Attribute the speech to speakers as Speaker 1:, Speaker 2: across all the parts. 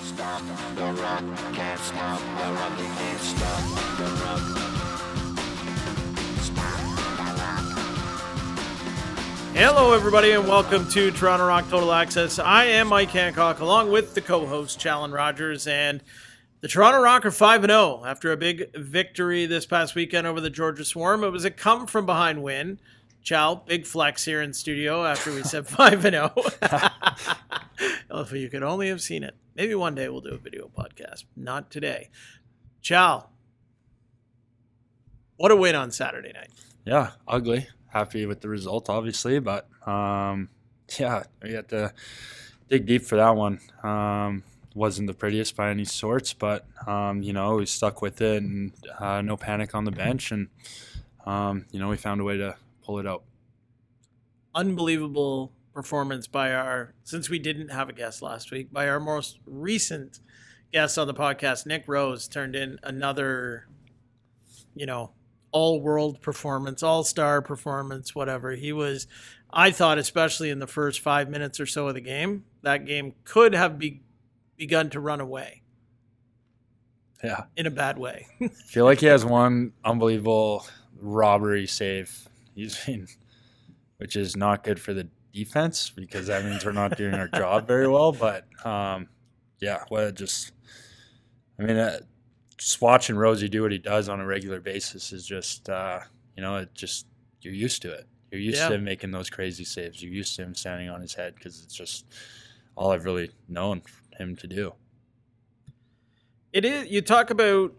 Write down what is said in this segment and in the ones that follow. Speaker 1: stop the rock, can't stop the rock, you can't stop the rock.
Speaker 2: Hello, everybody, and welcome to Toronto Rock Total Access. I am Mike Hancock, along with the co-host Challen Rogers, and the Toronto Rock are five and zero after a big victory this past weekend over the Georgia Swarm. It was a come from behind win. Chal, big flex here in studio after we said five and zero. Oh, If you could only have seen it. Maybe one day we'll do a video podcast. Not today. Chal, what a win on Saturday night.
Speaker 3: yeah, ugly. Happy with the result, obviously, but um, yeah, we had to dig deep for that one. Um, wasn't the prettiest by any sorts, but um, you know we stuck with it and uh, no panic on the bench, and um, you know we found a way to pull it out.
Speaker 2: unbelievable performance by our since we didn't have a guest last week by our most recent guest on the podcast nick rose turned in another you know all world performance all star performance whatever he was i thought especially in the first five minutes or so of the game that game could have be, begun to run away
Speaker 3: Yeah,
Speaker 2: in a bad way
Speaker 3: feel like he has one unbelievable robbery save. He's been, which is not good for the defense because that means we're not doing our job very well. But um, yeah, well, just I mean, uh, just watching Rosie do what he does on a regular basis is just uh, you know, it just you're used to it. You're used
Speaker 2: Yeah.
Speaker 3: to him making those crazy saves. You're used to him standing on his head because it's just all I've really known him to do.
Speaker 2: It is. You talk about,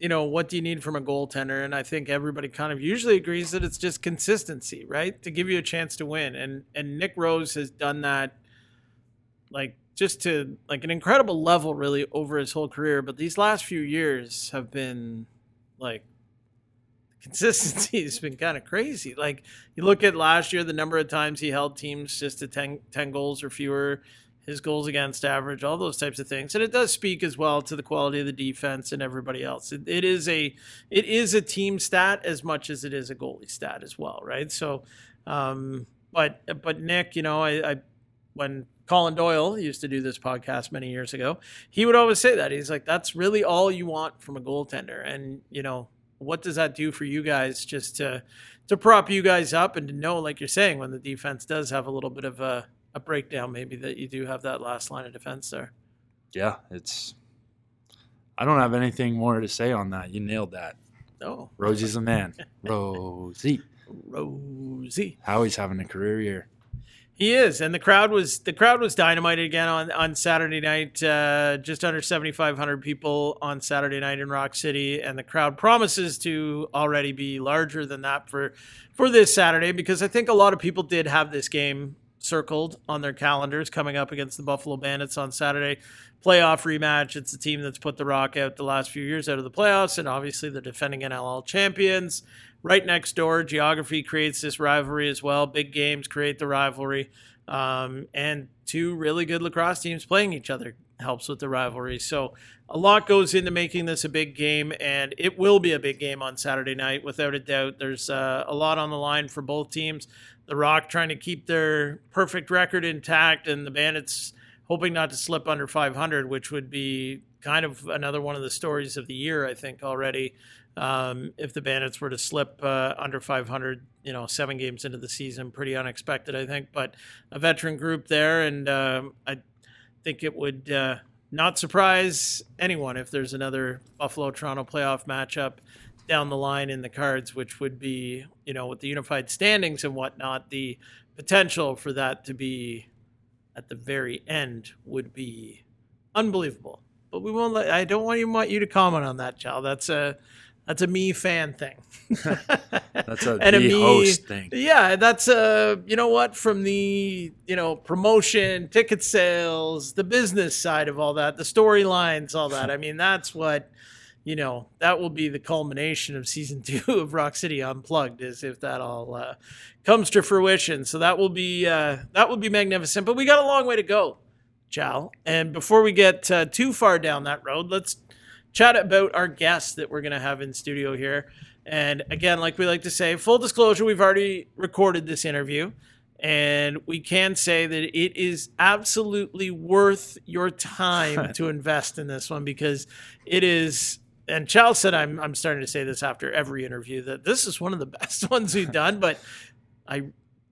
Speaker 2: you know, what do you need from a goaltender, and I think everybody kind of usually agrees that it's just consistency, right? To give you a chance to win, and and Nick Rose has done that, like just to like an incredible level, really over his whole career. But these last few years have been like consistency has been kind of crazy. Like you look at last year, the number of times he held teams just to 10, 10 goals or fewer, his goals against average, all those types of things. And it does speak as well to the quality of the defense and everybody else. It, it is a it is a team stat as much as it is a goalie stat as well, right? So, um, but but Nick, you know, I, I when Colin Doyle used to do this podcast many years ago, he would always say that he's like, that's really all you want from a goaltender, and you know. What does that do for you guys just to to prop you guys up and to know, like you're saying, when the defense does have a little bit of a, a breakdown, maybe that you do have that last line of defense there.
Speaker 3: Yeah, it's. I don't have anything more to say on that. You nailed that.
Speaker 2: Oh,
Speaker 3: Rosie's a man. Rosie.
Speaker 2: Rosie.
Speaker 3: Howie's having a career year.
Speaker 2: He is, and the crowd was the crowd was dynamite again on on Saturday night. Uh, just under seventy five hundred people on Saturday night in Rock City, and the crowd promises to already be larger than that for for this Saturday because I think a lot of people did have this game circled on their calendars coming up against the Buffalo Bandits on Saturday. Playoff rematch. It's the team that's put the Rock out the last few years out of the playoffs, and obviously the defending NLL champions. Right next door, geography creates this rivalry as well. Big games create the rivalry, um, and two really good lacrosse teams playing each other helps with the rivalry. So a lot goes into making this a big game, and it will be a big game on Saturday night, without a doubt. There's uh, a lot on the line for both teams. The Rock trying to keep their perfect record intact, and the Bandits hoping not to slip under 500, which would be kind of another one of the stories of the year, I think, already. Um, if the Bandits were to slip uh, under 500, you know, seven games into the season, pretty unexpected, I think. But a veteran group there, and um, I think it would uh, not surprise anyone if there's another Buffalo Toronto playoff matchup down the line in the cards, which would be, you know, with the unified standings and whatnot, the potential for that to be at the very end would be unbelievable. But we won't let. I don't want you want you to comment on that, Chal. That's a that's a me fan thing.
Speaker 3: That's a
Speaker 2: And a
Speaker 3: the
Speaker 2: me-
Speaker 3: host thing.
Speaker 2: Yeah, that's uh, you know what, from the you know promotion, ticket sales, the business side of all that, the storylines, all that. I mean, that's what you know. That will be the culmination of season two of Rock City Unplugged, is if that all uh, comes to fruition. So that will be uh, that will be magnificent. But we got a long way to go, Jal. And before we get uh, too far down that road, let's chat about our guests that we're going to have in studio here. And again, like we like to say, full disclosure, we've already recorded this interview And we can say that it is absolutely worth your time to invest in this one because it is. And Charles said, I'm, I'm starting to say this after every interview that this is one of the best ones we've done, but I.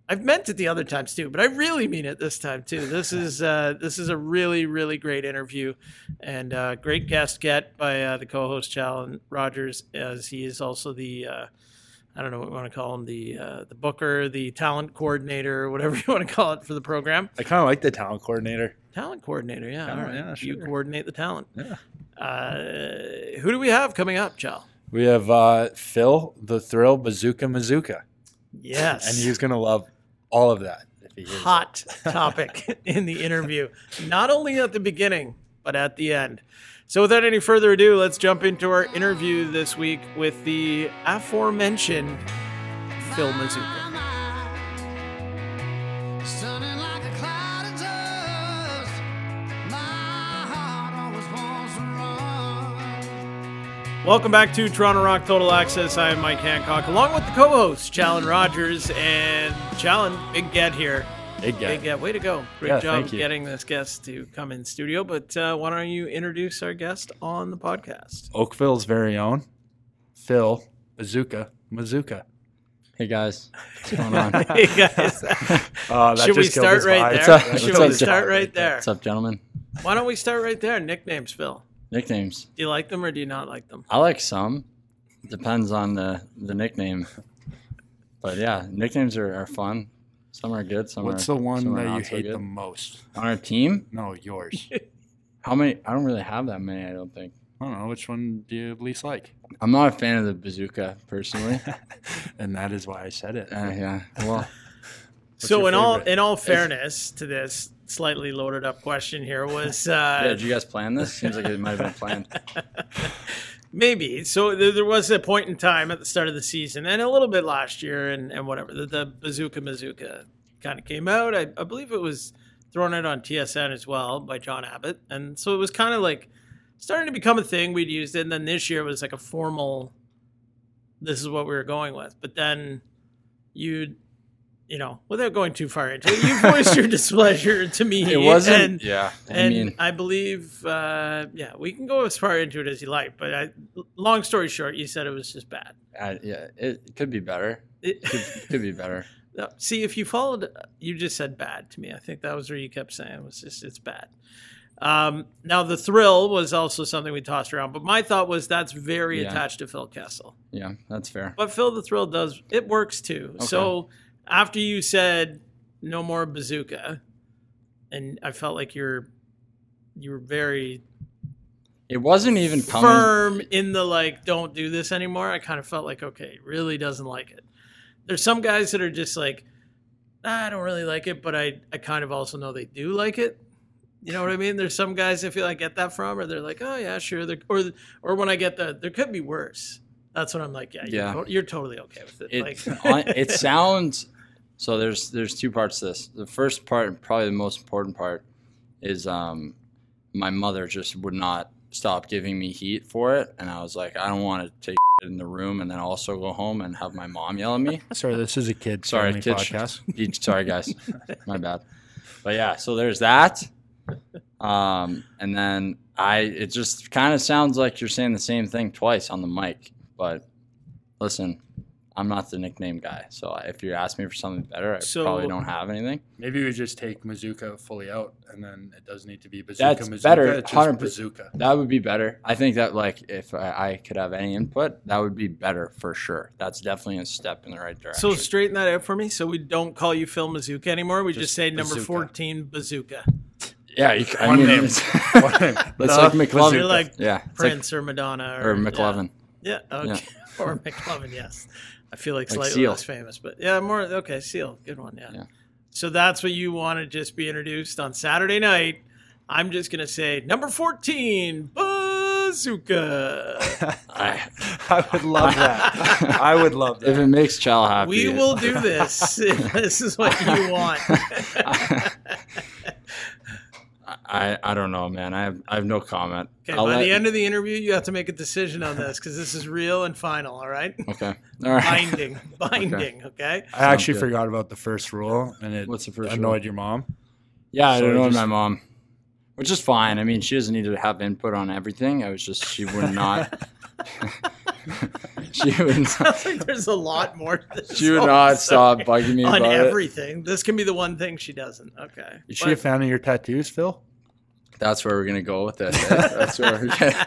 Speaker 2: I've meant it the other times too, but I really mean it this time too. This is uh, this is a really really great interview, and uh, great guest get by uh, the co-host Challenge Rogers, as he is also the uh, I don't know what you want to call him the uh, the booker, the talent coordinator, whatever you want to call it for the program.
Speaker 3: I kind of like the talent coordinator.
Speaker 2: Talent coordinator, yeah,
Speaker 3: Talent,
Speaker 2: all right.
Speaker 3: yeah,
Speaker 2: You
Speaker 3: sure.
Speaker 2: coordinate the talent.
Speaker 3: Yeah.
Speaker 2: Uh, who do we have coming up, Chal?
Speaker 3: We have uh, Phil, the Thrill Bazooka Mazooka,
Speaker 2: Yes,
Speaker 3: and he's gonna love all of that. If he hears it.
Speaker 2: hot topic in the interview, not only at the beginning, but at the end. So, without any further ado, let's jump into our interview this week with the aforementioned Phil Mazuka.
Speaker 1: Stunning like a cloud of dust. My heart always wants to run.
Speaker 2: Welcome back to Toronto Rock Total Access. I am Mike Hancock, along with the co host, Jalen Rogers. And Jalen, big get here.
Speaker 3: Big guy.
Speaker 2: Big get. Way to go. Great
Speaker 3: Yeah,
Speaker 2: job
Speaker 3: thank you.
Speaker 2: getting this guest to come in studio. But uh, why don't you introduce our guest on the podcast?
Speaker 3: Oakville's very own Phil Bazooka Mazooka.
Speaker 4: Hey guys, what's going on?
Speaker 2: Hey, guys.
Speaker 3: Uh, that
Speaker 2: Should we
Speaker 3: just killed
Speaker 2: start
Speaker 3: his
Speaker 2: right
Speaker 3: vibe.
Speaker 2: there?
Speaker 4: It's all-
Speaker 2: Should
Speaker 4: it's
Speaker 2: we
Speaker 4: all-
Speaker 2: start right there?
Speaker 4: What's up, gentlemen?
Speaker 2: Why don't we start right there? Nicknames, Phil.
Speaker 4: Nicknames.
Speaker 2: Do you like them or do you not like them?
Speaker 4: I like some. Depends on the the nickname. But yeah, nicknames are, are fun. Some are good. Some
Speaker 3: What's
Speaker 4: are.
Speaker 3: the one
Speaker 4: some are
Speaker 3: that
Speaker 4: not
Speaker 3: you
Speaker 4: so
Speaker 3: hate
Speaker 4: good.
Speaker 3: the most?
Speaker 4: On our team,
Speaker 3: No, yours.
Speaker 4: how many? I don't really have that many. I don't think.
Speaker 3: I don't know which one do you least like,
Speaker 4: I'm not a fan of the bazooka personally.
Speaker 3: and that is why I said it.
Speaker 4: Uh, yeah. Well,
Speaker 2: so
Speaker 3: your
Speaker 2: in all
Speaker 3: favorite?
Speaker 2: in all fairness to this slightly loaded up question here was
Speaker 4: yeah,
Speaker 2: uh,
Speaker 4: did you guys plan this? Seems like it might have been planned.
Speaker 2: maybe so there, there was a point in time at the start of the season and a little bit last year and, and whatever the, the bazooka mazooka kind of came out I, I believe it was thrown out on tsn as well by john abbott and so it was kind of like starting to become a thing we'd used it and then this year was like a formal this is what we were going with but then you you know without going too far into it you voiced your displeasure to me
Speaker 4: It wasn't.
Speaker 2: and-
Speaker 4: yeah. I
Speaker 2: and
Speaker 4: mean,
Speaker 2: I believe, uh, yeah, we can go as far into it as you like. But I, long story short, you said it was just bad.
Speaker 4: I, yeah, it could be better.
Speaker 2: It,
Speaker 4: Could, could be better.
Speaker 2: no, see, if you followed, you just said bad to me. I think that was where you kept saying it was just it's bad. Um, now the thrill was also something we tossed around, but my thought was that's very
Speaker 4: Yeah.
Speaker 2: attached to Phil Kessel.
Speaker 4: Yeah, that's fair.
Speaker 2: But Phil the Thrill does it works too.
Speaker 4: Okay.
Speaker 2: So after you said no more bazooka, and I felt like you're you were very
Speaker 4: It wasn't even coming.
Speaker 2: firm in the like don't do this anymore i kind of felt like okay really doesn't like it there's some guys that are just like "Ah, i don't really like it but i i kind of also know they do like it you know what i mean there's some guys i feel i get that from or they're like oh yeah sure they're, or or when i get the there could be worse that's when i'm like yeah you're,
Speaker 4: Yeah.
Speaker 2: to- you're totally okay with it,
Speaker 4: it
Speaker 2: like
Speaker 4: on- it sounds so there's there's two parts to this the first part and probably the most important part is um my mother just would not stop giving me heat for it and i was like i don't want to take in the room and then also go home and have my mom yell at me
Speaker 3: Sorry, this is a kid.
Speaker 4: Sorry,
Speaker 3: friendly
Speaker 4: kid.
Speaker 3: podcast.
Speaker 4: Each- sorry guys my bad but yeah so there's that um and then i it just kind of sounds like you're saying the same thing twice on the mic but listen i'm not the nickname guy so if you ask me for something better i
Speaker 2: So-
Speaker 4: probably don't have anything
Speaker 3: Maybe we just take Mazooka fully out, and then it does need to be Bazooka
Speaker 4: That's
Speaker 3: Mazooka.
Speaker 4: better,
Speaker 3: It's just
Speaker 4: 100%.
Speaker 3: Bazooka.
Speaker 4: that would be better i think that like if i, I could have any input that would be better for sure that's definitely a step in the right direction
Speaker 2: so straighten that out for me so we don't call you phil mazooka anymore we just,
Speaker 3: Just
Speaker 2: say number
Speaker 3: Bazooka.
Speaker 2: 14 bazooka
Speaker 4: yeah you, c- I
Speaker 3: One
Speaker 4: mean,
Speaker 3: name.
Speaker 4: it's,
Speaker 3: What?
Speaker 4: it's
Speaker 3: The
Speaker 4: like mclovin
Speaker 2: You're like
Speaker 4: yeah it's like,
Speaker 2: prince or madonna or,
Speaker 4: or
Speaker 2: yeah.
Speaker 4: mclovin
Speaker 2: Yeah. Okay. or McLovin, yes. I feel like
Speaker 4: Like
Speaker 2: slightly
Speaker 4: Seal.
Speaker 2: less famous, but yeah, more okay. Seal, good one. Yeah.
Speaker 4: Yeah.
Speaker 2: So that's what you want to just be introduced on Saturday night. I'm just gonna say number fourteen, bazooka.
Speaker 4: I,
Speaker 3: I would love that. I would love
Speaker 4: if
Speaker 3: that.
Speaker 4: it makes chow happy
Speaker 2: we
Speaker 4: it-
Speaker 2: will do this. if this is what you want.
Speaker 4: I I, I don't know, man. I have I have no comment.
Speaker 2: Okay,
Speaker 4: I'll
Speaker 2: by
Speaker 4: let-
Speaker 2: the end of the interview, you have to make a decision on this because this is real and final. All right,
Speaker 4: Okay. All right.
Speaker 2: binding, binding. Okay,
Speaker 3: I actually
Speaker 4: good.
Speaker 3: forgot about the first rule, and it
Speaker 4: What's the first
Speaker 3: annoyed
Speaker 4: rule?
Speaker 3: your mom.
Speaker 4: Yeah, I
Speaker 3: So
Speaker 4: annoyed
Speaker 3: just-
Speaker 4: my mom, which is fine. I mean, she doesn't need to have input on everything. I was just she would not. she would not,
Speaker 2: Sounds like there's a lot more. To this
Speaker 4: she would
Speaker 2: whole
Speaker 4: not
Speaker 2: story.
Speaker 4: stop bugging me
Speaker 2: on
Speaker 4: about it.
Speaker 2: everything. This can be the one thing she doesn't. Okay,
Speaker 3: Is she a
Speaker 2: But-
Speaker 3: fan of your tattoos, Phil?
Speaker 4: That's where we're gonna go with it. That's where. We're gonna,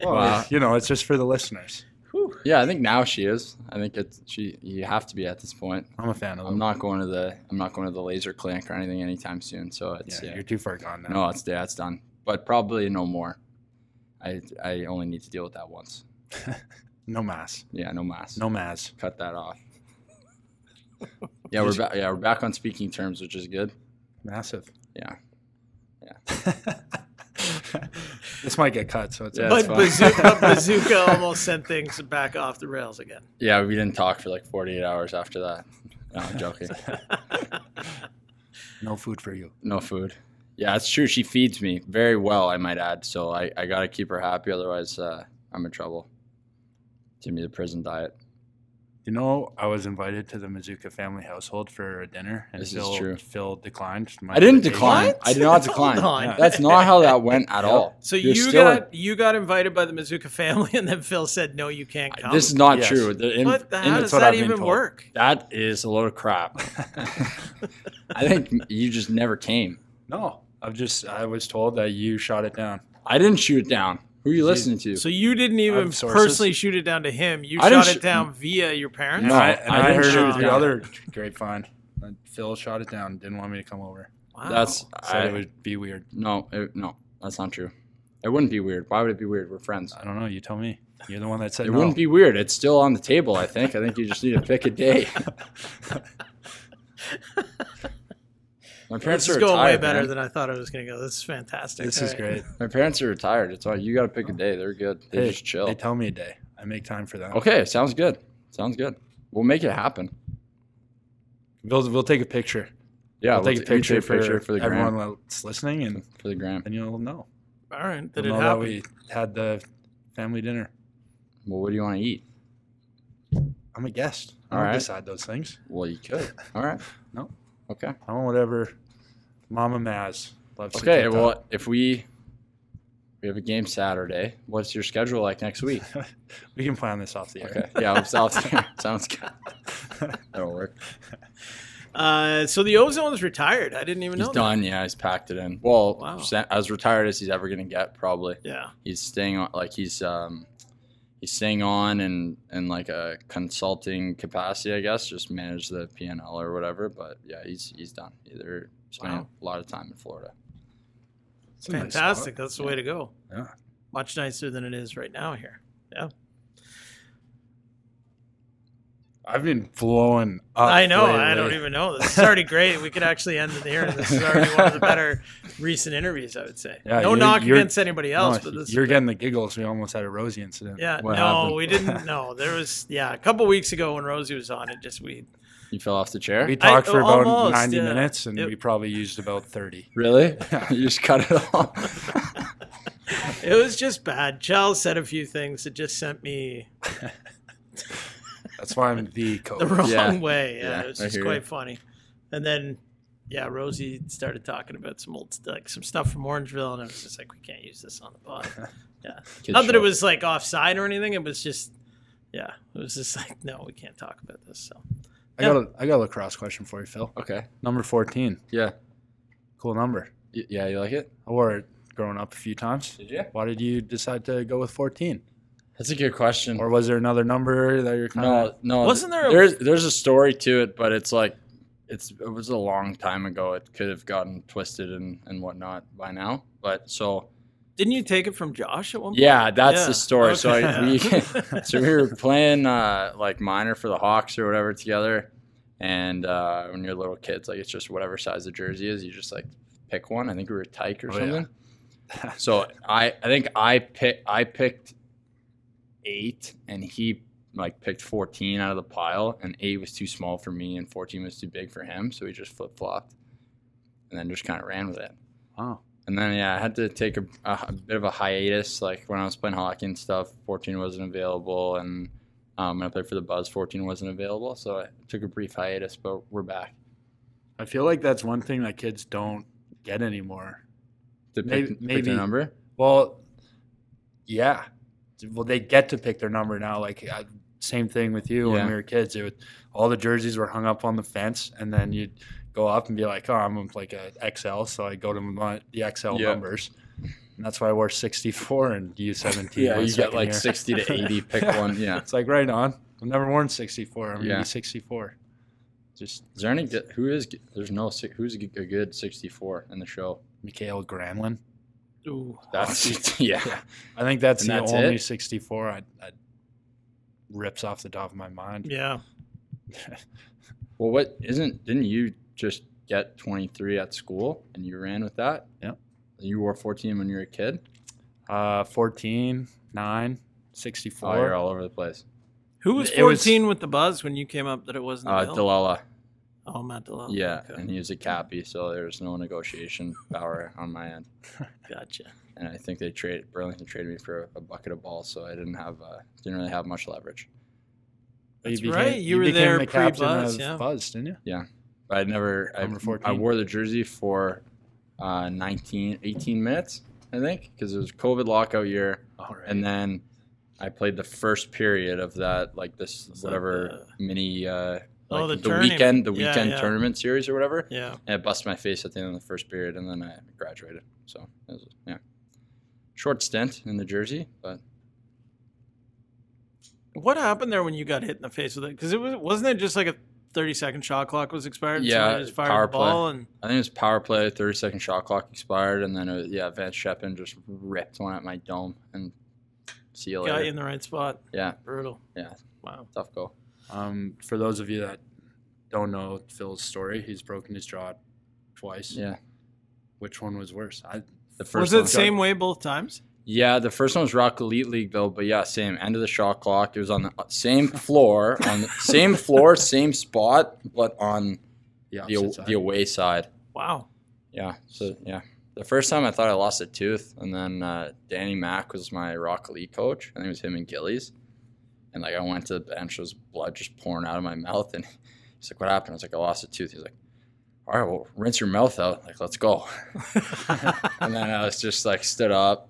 Speaker 3: Well,
Speaker 4: Wow.
Speaker 3: it's- you know, it's just for the listeners.
Speaker 2: Whew.
Speaker 4: yeah, I think now she is. I think it's she. You have to be at this point.
Speaker 3: I'm a fan of
Speaker 4: I'm
Speaker 3: them.
Speaker 4: not going to the I'm not going to the laser clinic or anything anytime soon. So it's
Speaker 3: yeah,
Speaker 4: yeah,
Speaker 3: you're too far gone now.
Speaker 4: no, it's yeah, it's done. But probably no more. I I only need to deal with that once.
Speaker 3: No mass.
Speaker 4: Yeah, no mass.
Speaker 3: No mass.
Speaker 4: cut that off. Yeah, we're back. Yeah, we're back on speaking terms, which is good.
Speaker 3: Massive.
Speaker 4: Yeah,
Speaker 3: this might get cut, so it's
Speaker 4: Yeah,
Speaker 2: But
Speaker 4: That's fine.
Speaker 2: bazooka, but bazooka almost sent things back off the rails again.
Speaker 4: yeah. We didn't talk for like 48 hours after that. No, I'm joking.
Speaker 3: no food for you.
Speaker 4: No food. Yeah, it's true. She feeds me very well, I might add. So I, I got to keep her happy, otherwise uh, I'm in trouble. Give me the prison diet.
Speaker 3: You know, I was invited to the Mizuka family household for a dinner, and
Speaker 4: This is
Speaker 3: Phil,
Speaker 4: true.
Speaker 3: Phil declined. My
Speaker 4: I didn't
Speaker 3: invitation.
Speaker 4: decline.
Speaker 2: What?
Speaker 4: I did not
Speaker 2: Hold
Speaker 4: decline.
Speaker 2: on.
Speaker 4: That's not how that went at all.
Speaker 2: So
Speaker 4: You're
Speaker 2: you
Speaker 4: still-
Speaker 2: got you got invited by the Mizuka family, and then Phil said, "No, you can't come."
Speaker 4: This is not
Speaker 3: Yes.
Speaker 4: true. The- in-
Speaker 2: what? The,
Speaker 4: in-
Speaker 2: how
Speaker 3: that's
Speaker 2: does
Speaker 3: what
Speaker 2: that
Speaker 3: I've been
Speaker 2: even
Speaker 3: told.
Speaker 2: work?
Speaker 4: that is a load of crap. I think you just never came.
Speaker 3: No, I've just I was told that you shot it down.
Speaker 4: I didn't shoot it down. Who are you listening to?
Speaker 2: So you didn't even
Speaker 3: have sources.
Speaker 2: personally shoot it down to him. You
Speaker 4: I didn't
Speaker 2: shot it
Speaker 4: sh-
Speaker 2: down via your parents.
Speaker 3: And
Speaker 4: No,
Speaker 3: I, and
Speaker 4: I
Speaker 3: I,
Speaker 4: didn't
Speaker 3: heard
Speaker 2: shoot
Speaker 3: it
Speaker 2: it
Speaker 3: through
Speaker 2: down.
Speaker 3: other grapevine. that Phil shot it down. Didn't want me to come over.
Speaker 2: Wow.
Speaker 4: That's
Speaker 3: Said
Speaker 4: I,
Speaker 3: it would be weird.
Speaker 4: no, it, no. That's not true. It wouldn't be weird. Why would it be weird? We're friends.
Speaker 3: I don't know. You tell me. You're the one that said
Speaker 4: It
Speaker 3: Uh, no.
Speaker 4: wouldn't be weird. It's still on the table. I think. I think you just need to pick a day. My parents
Speaker 2: this is
Speaker 4: are
Speaker 2: going
Speaker 4: retired.
Speaker 2: way better
Speaker 4: man.
Speaker 2: than I thought it was going to go. This is fantastic.
Speaker 3: this
Speaker 2: All
Speaker 3: is
Speaker 2: right.
Speaker 3: great.
Speaker 4: My parents are retired. It's all you got to pick a day. They're good. They just chill.
Speaker 3: They tell me a day. I make time for that.
Speaker 4: okay, sounds good. Sounds good. We'll make it happen.
Speaker 3: We'll, we'll take a picture.
Speaker 4: Yeah,
Speaker 3: we'll take a
Speaker 4: t- we
Speaker 3: picture,
Speaker 4: take a picture for, the
Speaker 3: everyone
Speaker 4: gram.
Speaker 3: that's listening, and
Speaker 4: For the gram,
Speaker 3: then you'll know.
Speaker 2: All right, that
Speaker 3: You'll
Speaker 2: it
Speaker 3: know that
Speaker 2: happened.
Speaker 3: we had the family dinner.
Speaker 4: well, what do you want to eat?
Speaker 3: I'm a guest. I
Speaker 4: All
Speaker 3: don't
Speaker 4: right.
Speaker 3: decide those things.
Speaker 4: Well, you could. All right.
Speaker 3: No.
Speaker 4: Okay.
Speaker 3: I want whatever Mama Maz loves to
Speaker 4: Okay.
Speaker 3: cook
Speaker 4: Well,
Speaker 3: up.
Speaker 4: if we we have a game Saturday, what's your schedule like next week?
Speaker 3: we can plan this off the air.
Speaker 4: Okay. Yeah, I'm south here. Sounds good. That'll work.
Speaker 2: Uh, so the ozone's retired. I didn't even
Speaker 4: He's
Speaker 2: know. that.
Speaker 4: done. Yeah, he's packed it in. Well,
Speaker 2: Wow.
Speaker 4: sa- as retired as he's ever gonna get, probably.
Speaker 2: Yeah.
Speaker 4: He's staying on. Like he's um he's staying on and in like a consulting capacity, I guess, just manage the PNL or whatever. But yeah, he's he's done. Either spending
Speaker 2: Wow.
Speaker 4: a lot of time in Florida.
Speaker 3: It's a nice spot.
Speaker 2: Fantastic. That's the way to go.
Speaker 3: Yeah.
Speaker 2: Much nicer than it is right now here. Yeah.
Speaker 3: I've been blowing up.
Speaker 2: I know.
Speaker 3: lately.
Speaker 2: I don't even know. This is already great. We could actually end it here. This is already one of the better recent interviews, I would say.
Speaker 3: Yeah,
Speaker 2: no
Speaker 3: you're-
Speaker 2: knock
Speaker 3: you're-
Speaker 2: against anybody
Speaker 3: No,
Speaker 2: else, but this
Speaker 3: you're getting the giggles. We almost had a Rosie incident.
Speaker 2: Yeah,
Speaker 4: What
Speaker 2: no,
Speaker 4: happened?
Speaker 2: we didn't know. There was yeah, a couple weeks ago when Rosie was on it, just we
Speaker 4: You fell off the chair.
Speaker 3: We talked for about
Speaker 2: almost,
Speaker 3: 90
Speaker 2: yeah.
Speaker 3: minutes, and
Speaker 2: It-
Speaker 3: we probably used about 30.
Speaker 4: Really? you just cut it off.
Speaker 2: it was just bad. Chell said a few things that just sent me
Speaker 3: That's why I'm the coach.
Speaker 2: the wrong
Speaker 4: Yeah.
Speaker 2: way. Yeah,
Speaker 4: Yeah,
Speaker 2: it was
Speaker 4: I
Speaker 2: just
Speaker 4: hear
Speaker 2: quite
Speaker 4: ya.
Speaker 2: funny. And then yeah, Rosie started talking about some old like some stuff from Orangeville, and I was just like, we can't use this on the pod.
Speaker 4: Kid
Speaker 2: Not that it
Speaker 4: show.
Speaker 2: was like offside or anything. It was just yeah, it was just like no, we can't talk about this. So
Speaker 3: I got a, I got a lacrosse question for you, Phil.
Speaker 4: okay.
Speaker 3: Number 14.
Speaker 4: Yeah.
Speaker 3: Cool number.
Speaker 4: Y- yeah, you like it?
Speaker 3: I wore it growing up a few times.
Speaker 4: Did you?
Speaker 3: Why did you decide to go with 14?
Speaker 4: That's a good question.
Speaker 3: Or was there another number that you're kind
Speaker 4: no, no.
Speaker 2: Wasn't there a-
Speaker 4: Um, There's there's a story to it, but it's like it's it was a long time ago. It could have gotten twisted and and whatnot by now. But so
Speaker 2: didn't you take it from Josh at one point?
Speaker 4: yeah, that's
Speaker 2: Yeah.
Speaker 4: the story. So I, we
Speaker 2: Okay.
Speaker 4: so we were playing uh, like minor for the Hawks or whatever together. And uh, when you're little kids, like it's just whatever size the jersey is, you just like pick one. I think we were Tyke or
Speaker 3: Oh, yeah.
Speaker 4: something. so I, I think I pick I picked eight, and he like picked 14 out of the pile, and eight was too small for me, and 14 was too big for him, so he just flip flopped, and then just kind of ran with it.
Speaker 3: Wow.
Speaker 4: And then yeah, I had to take a, a, a bit of a hiatus. Like when I was playing hockey and stuff, 14 wasn't available, and um, when I played for the Buzz, 14 wasn't available. So I took a brief hiatus, but we're back.
Speaker 3: I feel like that's one thing that kids don't get anymore.
Speaker 4: To pick,
Speaker 3: Maybe-
Speaker 4: pick their
Speaker 3: maybe-
Speaker 4: number.
Speaker 3: Well, yeah. Well, they get to pick their number now. Like I, same thing with you when
Speaker 4: Yeah.
Speaker 3: we were kids. It would, all the jerseys were hung up on the fence, and then you'd go up and be like, "Oh, I'm like a XL," so I go to my, the XL
Speaker 4: Yeah.
Speaker 3: numbers. And that's why I wore 64 and U17.
Speaker 4: Yeah,
Speaker 3: my
Speaker 4: you get
Speaker 3: second
Speaker 4: like
Speaker 3: year.
Speaker 4: 60 to 80. Pick one. Yeah.
Speaker 3: It's like right on. I've never worn 64. I'm gonna
Speaker 4: Yeah.
Speaker 3: be 64. Just
Speaker 4: Is there any good, who is there's no si- who's a g- a good 64 in the show?
Speaker 3: Mikhail Granlund.
Speaker 2: Ooh.
Speaker 4: That's yeah.
Speaker 3: Yeah. I think that's
Speaker 4: And
Speaker 3: the
Speaker 4: that's
Speaker 3: only
Speaker 4: it?
Speaker 3: 64 I, I rips off the top of my mind.
Speaker 2: Yeah.
Speaker 4: Well, what isn't didn't you just get 23 at school and you ran with that?
Speaker 3: Yeah.
Speaker 4: You wore 14 when you were a kid.
Speaker 3: Uh, 14, 9, 64.
Speaker 4: Oh, you're all over the place.
Speaker 2: Who was
Speaker 3: It was-
Speaker 2: 14 with the buzz when you came up that it wasn't
Speaker 4: Uh,
Speaker 2: Bill?
Speaker 4: Delala.
Speaker 2: Oh, Matt Delal.
Speaker 4: Yeah,
Speaker 2: Okay.
Speaker 4: and he was a cappy, so there was no negotiation power on my end.
Speaker 2: Gotcha.
Speaker 4: And I think they traded Burlington traded me for a bucket of balls, so I didn't have uh, didn't really have much leverage.
Speaker 2: That's right, you were
Speaker 3: became
Speaker 2: there
Speaker 3: the captain
Speaker 2: pre-Buzz,
Speaker 3: of
Speaker 2: yeah.
Speaker 3: Buzz, didn't you?
Speaker 4: I never I,
Speaker 3: Number
Speaker 4: I
Speaker 3: 14.
Speaker 4: wore the jersey for uh, 19 18 minutes I think because it was COVID lockout year
Speaker 3: All right.
Speaker 4: and then I played the first period of that like this
Speaker 2: It's like
Speaker 4: whatever mini uh,
Speaker 2: Oh,
Speaker 4: like
Speaker 2: the tournament.
Speaker 4: weekend the
Speaker 2: Yeah,
Speaker 4: weekend
Speaker 2: yeah.
Speaker 4: tournament series or whatever
Speaker 2: Yeah.
Speaker 4: and I busted my face at the end of the first period and then I graduated so it was, yeah short stint in the jersey but
Speaker 2: What happened there when you got hit in the face with it? Because it was wasn't it just like a thirty second shot clock was expired? and
Speaker 4: Yeah,
Speaker 2: somebody just fired
Speaker 4: power
Speaker 2: the ball and
Speaker 4: I think it was power play, 30 second shot clock expired, and then it was, yeah, Vance Shepin just ripped one at my dome and see you
Speaker 2: got
Speaker 4: later.
Speaker 2: you in the right spot.
Speaker 4: Yeah,
Speaker 2: Brutal.
Speaker 4: Yeah.
Speaker 2: Wow.
Speaker 4: tough go.
Speaker 3: um, for those of you that don't know Phil's story, he's broken his jaw twice.
Speaker 4: Yeah,
Speaker 3: Which one was worse? I,
Speaker 4: the first
Speaker 2: Was it
Speaker 4: one-
Speaker 2: the same way both times?
Speaker 4: Yeah, the first one was Rock Elite League though, but yeah, same end of the shot clock. It was on the uh, same floor, on the same floor, same spot, but on
Speaker 3: yeah,
Speaker 4: the the away side.
Speaker 2: Wow.
Speaker 4: Yeah. So yeah, the first time I thought I lost a tooth, and then uh, Danny Mack was my Rock Lee coach. I think it was him and Gillies, and like I went to the bench, there was blood just pouring out of my mouth, and he's like, "What happened?" I was like, "I lost a tooth." He's like, "All right, well, rinse your mouth out. Like, let's go." and then I was just like stood up,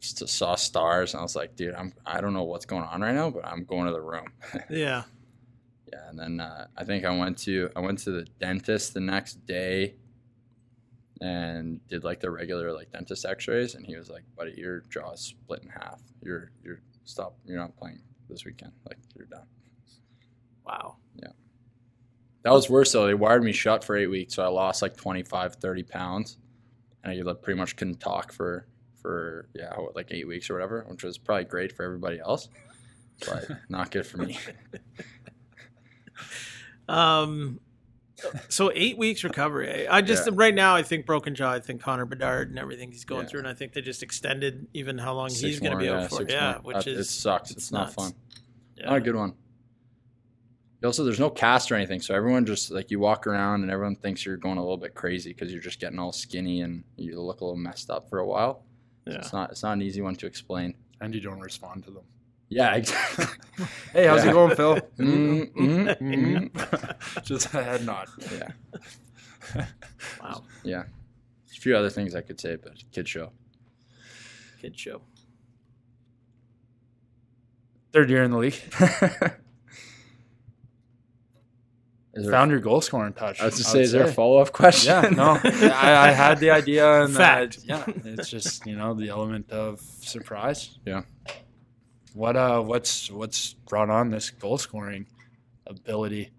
Speaker 4: st- saw stars, and I was like, "Dude, I'm I don't know what's going on right now, but I'm going to the room."
Speaker 2: Yeah.
Speaker 4: Yeah, and then uh, I think I went to I went to the dentist the next day, and did like the regular like dentist X-rays, and he was like, "Buddy, your jaw is split in half. You're you're stop. You're not playing this weekend. Like you're done."
Speaker 2: Wow.
Speaker 4: That was worse though. They wired me shut for eight weeks, so I lost like 25, 30 pounds, and I like, pretty much couldn't talk for for yeah what, like eight weeks or whatever, which was probably great for everybody else, but not good for me.
Speaker 2: Um, so eight weeks recovery. I I just
Speaker 4: Yeah.
Speaker 2: right now I think broken jaw. I think Connor Bedard and everything he's going
Speaker 4: Yeah.
Speaker 2: through, and I think they just extended even how long
Speaker 4: Six
Speaker 2: he's going to
Speaker 4: more,
Speaker 2: be out for.
Speaker 4: six
Speaker 2: Yeah,
Speaker 4: more.
Speaker 2: which
Speaker 4: Uh,
Speaker 2: is
Speaker 4: it sucks. It's,
Speaker 2: it's
Speaker 4: not
Speaker 2: nuts.
Speaker 4: fun.
Speaker 2: yeah.
Speaker 4: Not a good one. Also, there's no cast or anything, so everyone just like you walk around and everyone thinks you're going a little bit crazy because you're just getting all skinny and you look a little messed up for a while. So
Speaker 2: Yeah.
Speaker 4: It's not it's not an easy one to explain.
Speaker 3: and you don't respond to them.
Speaker 4: Yeah, exactly.
Speaker 3: Hey, how's
Speaker 4: Yeah.
Speaker 3: it going, Phil?
Speaker 4: mm, mm, mm.
Speaker 3: Mm. Mm-hmm. Just a head nod.
Speaker 4: Yeah,
Speaker 2: Wow,
Speaker 4: yeah. There's a few other things I could say, but kid show.
Speaker 2: kid show.
Speaker 3: Third year in the league.
Speaker 4: Is there,
Speaker 3: Found your goal scoring touch.
Speaker 4: I was just
Speaker 3: I
Speaker 4: say,
Speaker 3: would
Speaker 4: is there a follow up question?
Speaker 3: Yeah, no, I, I had the idea. And
Speaker 2: Fact.
Speaker 3: I- yeah, it's just you know the element of surprise.
Speaker 4: Yeah.
Speaker 3: What uh, what's what's brought on this goal scoring ability,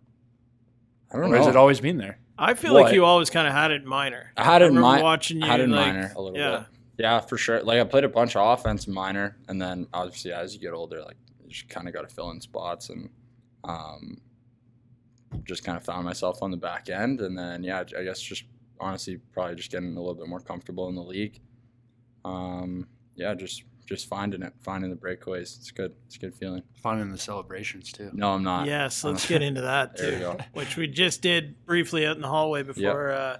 Speaker 4: I don't
Speaker 3: or has it
Speaker 4: know.
Speaker 3: always been there?
Speaker 2: I feel
Speaker 4: Well,
Speaker 2: like
Speaker 4: I-
Speaker 2: you always kind of had it in minor.
Speaker 4: I had it in
Speaker 2: remember
Speaker 4: mi-
Speaker 2: watching you
Speaker 4: I had it in
Speaker 2: like,
Speaker 4: minor a little
Speaker 2: yeah.
Speaker 4: bit. Yeah, for sure. Like I played a bunch of offense in minor, and then obviously as you get older, like you just kind of got to fill in spots, and um, just kind of found myself on the back end, and then yeah, I guess just honestly probably just getting a little bit more comfortable in the league. Um, yeah, just just finding it, finding the breakaways. It's good. It's a good feeling.
Speaker 3: Finding the celebrations too.
Speaker 4: No, I'm not.
Speaker 2: Yes, let's get into that
Speaker 4: There you
Speaker 2: too,
Speaker 4: go.
Speaker 2: which we just did briefly out in the hallway before uh,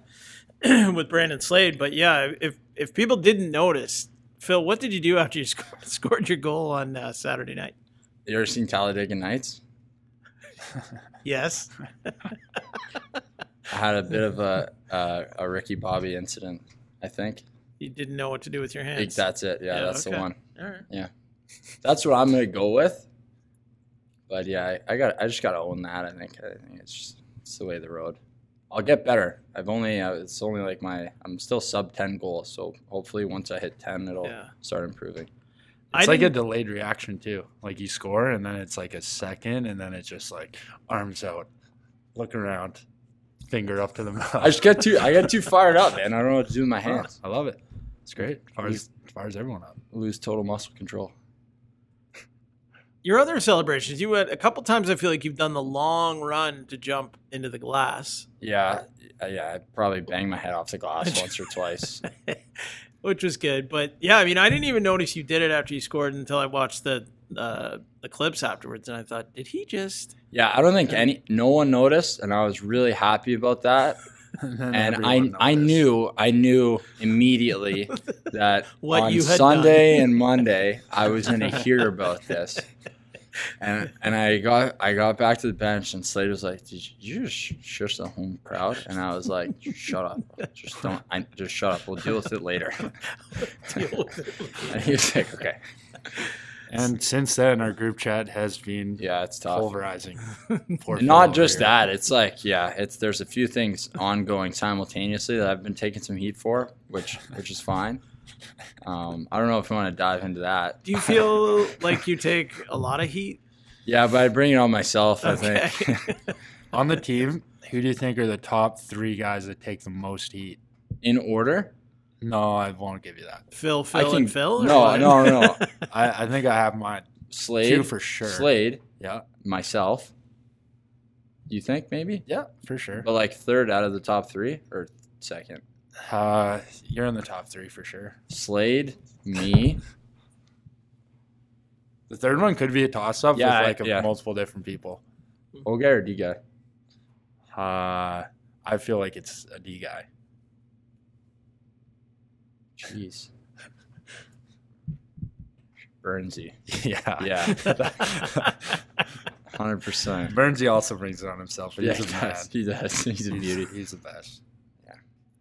Speaker 2: with Brandon Slade. But yeah, if if people didn't notice, Phil, what did you do after you sc- scored your goal on uh, Saturday night?
Speaker 4: You ever seen Talladega Nights?
Speaker 2: Yes.
Speaker 4: I had a bit of a uh, a Ricky Bobby incident. I think.
Speaker 2: You didn't know what to do with your hands.
Speaker 4: Think That's it. Yeah,
Speaker 2: Yeah,
Speaker 4: that's
Speaker 2: okay.
Speaker 4: the one.
Speaker 2: All right.
Speaker 4: That's what I'm gonna go with. But yeah, I, I got. I just gotta own that. I think. I think it's just it's the way of the road. I'll get better. I've only. Uh, it's only like my. I'm still sub ten goal. So hopefully, once I hit ten, it'll
Speaker 2: Yeah.
Speaker 4: start improving.
Speaker 2: I
Speaker 3: It's like a
Speaker 2: didn't-
Speaker 3: delayed reaction too. Like you score and then it's like a second and then it's just like arms out, look around, finger up to the mouth.
Speaker 4: I just get too. I get too fired up, man. I don't know what to do with my hands.
Speaker 3: I love it. It's great. Fires fires everyone up.
Speaker 4: Lose total muscle control.
Speaker 2: your other celebrations, you went a couple times. I feel like you've done the long run to jump into the glass,
Speaker 4: Yeah, uh, yeah. I probably banged my head off the glass once or twice.
Speaker 2: which was good. But yeah, I mean, I didn't even notice you did it after you scored until I watched the uh, the clips afterwards, and I thought, did he just?
Speaker 4: Yeah, I don't think any. No one noticed, and I was really happy about that.
Speaker 3: then
Speaker 4: and I
Speaker 3: everyone
Speaker 4: I
Speaker 3: noticed.
Speaker 4: knew I knew immediately that
Speaker 2: What
Speaker 4: on
Speaker 2: you had
Speaker 4: Sunday and Monday I was going to hear about this. And and I got I got back to the bench and Slade was like, "Did you just sh- shush the home crowd?" And I was like, "Shut up, just don't. I just shut up. We'll deal with it later."
Speaker 2: deal with it?
Speaker 4: And he was like, "Okay,
Speaker 3: And since then, our group chat has been
Speaker 4: yeah, it's tough."
Speaker 3: pulverizing. Poor Phil
Speaker 4: Not
Speaker 3: over
Speaker 4: just
Speaker 3: here.
Speaker 4: that. It's like, yeah, it's there's a few things ongoing simultaneously that I've been taking some heat for, which which is fine. Um, I don't know if you want to dive into that.
Speaker 2: Do you feel like you take a lot of heat?
Speaker 4: Yeah, but I bring it on myself. I
Speaker 2: Okay.
Speaker 4: think
Speaker 3: On the team, who do you think are the top three guys that take the most heat?
Speaker 4: in order.
Speaker 3: No, I won't give you that.
Speaker 2: Phil, Phil, and Phil? or
Speaker 4: No,
Speaker 2: what?
Speaker 4: no, no.
Speaker 3: I, I think I have mine.
Speaker 4: Slade
Speaker 3: Two for sure.
Speaker 4: Slade,
Speaker 3: Yeah,
Speaker 4: myself. You think maybe?
Speaker 3: yeah, for sure.
Speaker 4: But like third out of the top three or second?
Speaker 3: Uh, you're in the top three for sure.
Speaker 4: Slade, me.
Speaker 3: The third one could be a toss up
Speaker 4: Yeah, I-
Speaker 3: with like a-
Speaker 4: yeah.
Speaker 3: multiple different people.
Speaker 4: Oga or D guy?
Speaker 3: Uh, I feel like it's a D guy.
Speaker 4: Jeez. Burnsy.
Speaker 2: Ah.
Speaker 3: yeah.
Speaker 4: Yeah, hundred percent.
Speaker 3: Bernsey also brings it on himself. He's
Speaker 4: Yeah,
Speaker 3: a
Speaker 4: he does.
Speaker 3: best.
Speaker 4: He does. He's a
Speaker 3: He's-
Speaker 4: beauty.
Speaker 3: He's the best.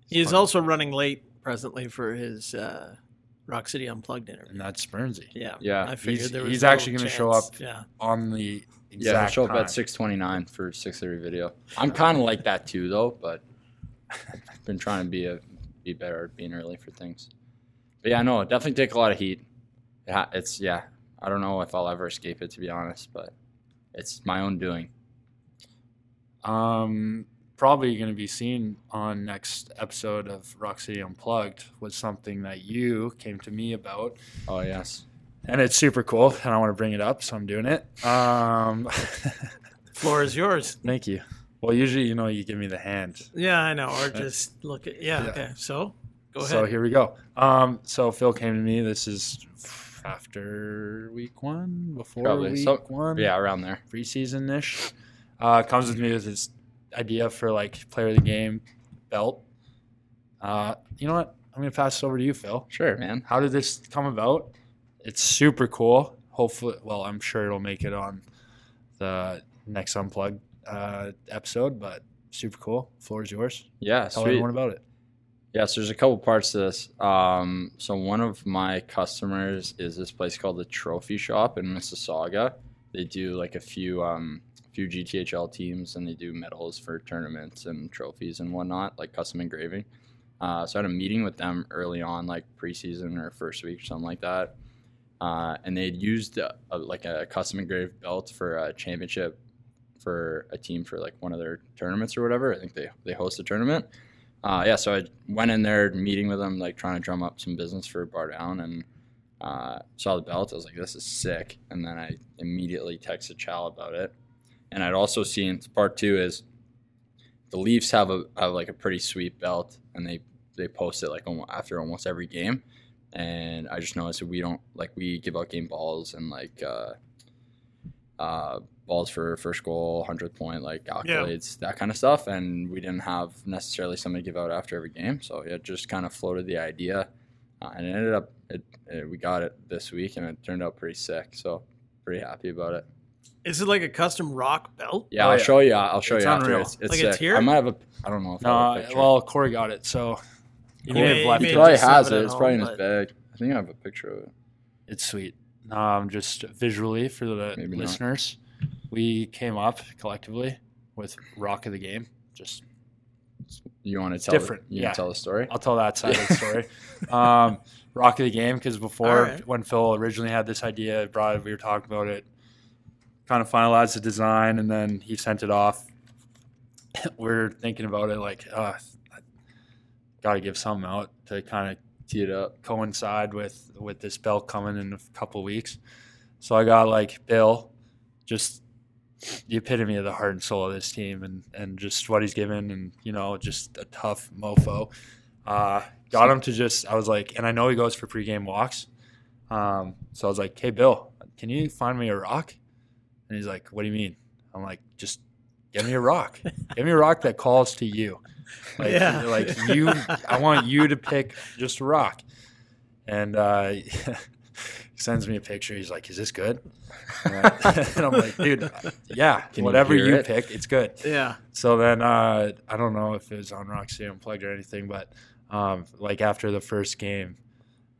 Speaker 2: He is also running late presently for his uh, Rock City Unplugged interview.
Speaker 3: And that's Bernsey.
Speaker 2: Yeah.
Speaker 4: Yeah.
Speaker 2: I figured
Speaker 3: He's-
Speaker 2: there was
Speaker 3: he's
Speaker 2: no
Speaker 3: actually gonna show
Speaker 2: chance.
Speaker 3: up.
Speaker 2: Yeah.
Speaker 3: On the
Speaker 4: Yeah, he'll
Speaker 3: exact
Speaker 4: show up
Speaker 3: time.
Speaker 4: at six twenty nine for six thirty video. I'm kind of like that too, though. But I've been trying to be a be better at being early for things. But yeah, no, definitely take a lot of heat. It ha- It's yeah. I don't know if I'll ever escape it to be honest, but it's my own doing.
Speaker 3: um, probably going to be seen on next episode of Rock City Unplugged was something that you came to me about,
Speaker 4: Oh yes.
Speaker 3: and it's super cool, and I want to bring it up, so I'm doing it. Um,
Speaker 2: Floor is yours.
Speaker 3: thank you. Well, usually, you know, you give me the hand.
Speaker 2: Yeah, I know. Or just look at. Yeah.
Speaker 3: Yeah.
Speaker 2: Okay. So go
Speaker 3: So
Speaker 2: ahead.
Speaker 3: here we go. Um, so Phil came to me. This is after week one, before
Speaker 4: Probably.
Speaker 3: week
Speaker 4: So-
Speaker 3: one,
Speaker 4: Yeah, around there.
Speaker 3: preseason ish. Uh, comes with me with his idea for like player of the game belt. Uh, you know what? I'm gonna pass this over to you, Phil.
Speaker 4: Sure, man.
Speaker 3: How did this come about? It's super cool. Hopefully, well, I'm sure it'll make it on the next unplugged uh, episode, but super cool. Floor is yours.
Speaker 4: Yeah,
Speaker 3: Tell
Speaker 4: sweet.
Speaker 3: everyone about it.
Speaker 4: Yes, there's a couple parts to this. Um, so one of my customers is this place called the Trophy Shop in Mississauga. They do like a few um, few GTHL teams, and they do medals for tournaments and trophies and whatnot, like custom engraving. Uh, so I had a meeting with them early on, like preseason or first week or something like that. Uh, and they'd used a, a, like a custom engraved belt for a championship for a team for like one of their tournaments or whatever. I think they they host a tournament uh, yeah, so I went in there meeting with them, like trying to drum up some business for Bar Down, and uh, saw the belt. I was like, "This is sick!" And then I immediately texted Chal about it. And I'd also seen part two is the Leafs have a have like a pretty sweet belt, and they they post it like almost, after almost every game. And I just noticed that we don't like we give out game balls and like uh, uh, balls for first goal, hundredth point, like accolades, that kind of stuff. And we didn't have necessarily something to give out after every game, so it just kind of floated the idea, uh, and it ended up it, it, we got it this week, and it turned out pretty sick. So pretty happy about it.
Speaker 2: Is it like a custom rock belt?
Speaker 4: Yeah,
Speaker 3: Oh,
Speaker 4: I'll
Speaker 3: yeah.
Speaker 4: show you. I'll show
Speaker 3: It's
Speaker 4: you after.
Speaker 3: unreal.
Speaker 4: It's, it's
Speaker 2: Like
Speaker 4: sick.
Speaker 2: it's here?
Speaker 4: I might have a. I don't know if I have a
Speaker 3: No,
Speaker 4: picture.
Speaker 3: Uh, well, Corey got it, so he
Speaker 2: Cool.
Speaker 3: may
Speaker 2: He
Speaker 3: have left
Speaker 2: may maybe
Speaker 4: he
Speaker 3: it.
Speaker 4: probably
Speaker 2: just
Speaker 4: has
Speaker 2: have it
Speaker 4: it.
Speaker 2: at
Speaker 4: It's probably in his
Speaker 2: home,
Speaker 4: bag. I think I have a picture of it.
Speaker 3: It's sweet. Um, just visually for the
Speaker 4: Maybe not.
Speaker 3: listeners, we came up collectively with rock of the game. Just
Speaker 4: You want to tell? the-
Speaker 3: different,
Speaker 4: you
Speaker 3: yeah.
Speaker 4: want to tell the story?
Speaker 3: I'll tell that side of the
Speaker 4: Yeah.
Speaker 3: story. Um, rock of the game because before
Speaker 2: Alright.
Speaker 3: when Phil originally had this idea, brought it, we were talking about it, kind of finalized the design, and then he sent it off. we are thinking about it like, uh, got to give something out to kind of
Speaker 4: Tee it up.
Speaker 3: coincide with with this bell coming in a couple weeks. So I got like Bill, just the epitome of the heart and soul of this team, and and just what he's given, and you know, just a tough mofo. Uh, got him to just I was like, and I know he goes for pregame walks. Um, so I was like, hey Bill, can you find me a rock? And he's like, what do you mean? I'm like, just give me a rock. give me a rock that calls to you. Like,
Speaker 2: Yeah.
Speaker 3: like you, I want you to pick just a rock. And uh, he sends me a picture. He's like, is this good? And I- and I'm like, dude, yeah,
Speaker 4: Can you
Speaker 3: whatever
Speaker 4: hear
Speaker 3: you
Speaker 4: it?"
Speaker 3: pick, it's good.
Speaker 2: Yeah.
Speaker 3: So then uh, I don't know if it was on Roxy Unplugged or anything, but um, like after the first game,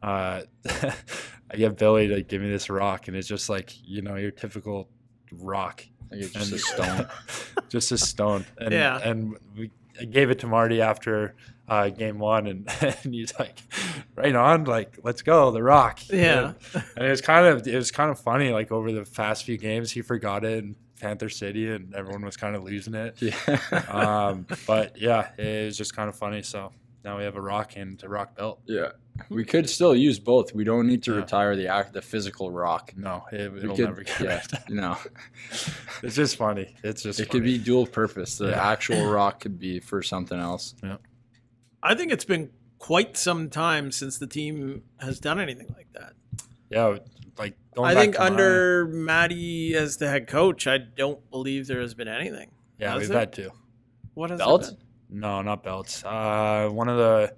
Speaker 3: uh, I get Billy to give me this rock, and it's just like you know your typical rock,
Speaker 4: Like it's
Speaker 3: and
Speaker 4: just a stone.
Speaker 3: just a stone. And,
Speaker 2: Yeah.
Speaker 3: and we I gave it to Marty after uh, game one, and, and he's like, "Right on, like let's go, the rock."
Speaker 2: Yeah.
Speaker 3: And, and it was kind of it was kind of funny. Like over the past few games, he forgot it in Panther City, and everyone was kind of losing it
Speaker 4: yeah.
Speaker 3: um, but yeah, it was just kind of funny. So now we have a rock and a rock belt.
Speaker 4: Yeah, we could still use both. We don't need to
Speaker 3: Yeah.
Speaker 4: retire the act, the physical rock.
Speaker 3: No, it,
Speaker 4: We
Speaker 3: it'll
Speaker 4: could-
Speaker 3: never get
Speaker 4: yeah,
Speaker 3: rid of.
Speaker 4: No,
Speaker 3: It's just funny. It's just
Speaker 4: it could
Speaker 3: funny.
Speaker 4: be dual purpose. The
Speaker 3: Yeah.
Speaker 4: actual rock could be for something else.
Speaker 2: I think it's been quite some time since the team has done anything like that.
Speaker 3: yeah, like going
Speaker 2: I
Speaker 3: back
Speaker 2: think
Speaker 3: to my-
Speaker 2: under Maddie as the head coach, I don't believe there has been anything.
Speaker 3: yeah
Speaker 2: was
Speaker 3: we've
Speaker 2: it?
Speaker 3: had two.
Speaker 2: What has it
Speaker 4: Belt?
Speaker 2: been?
Speaker 3: No, not belts. Uh, one of the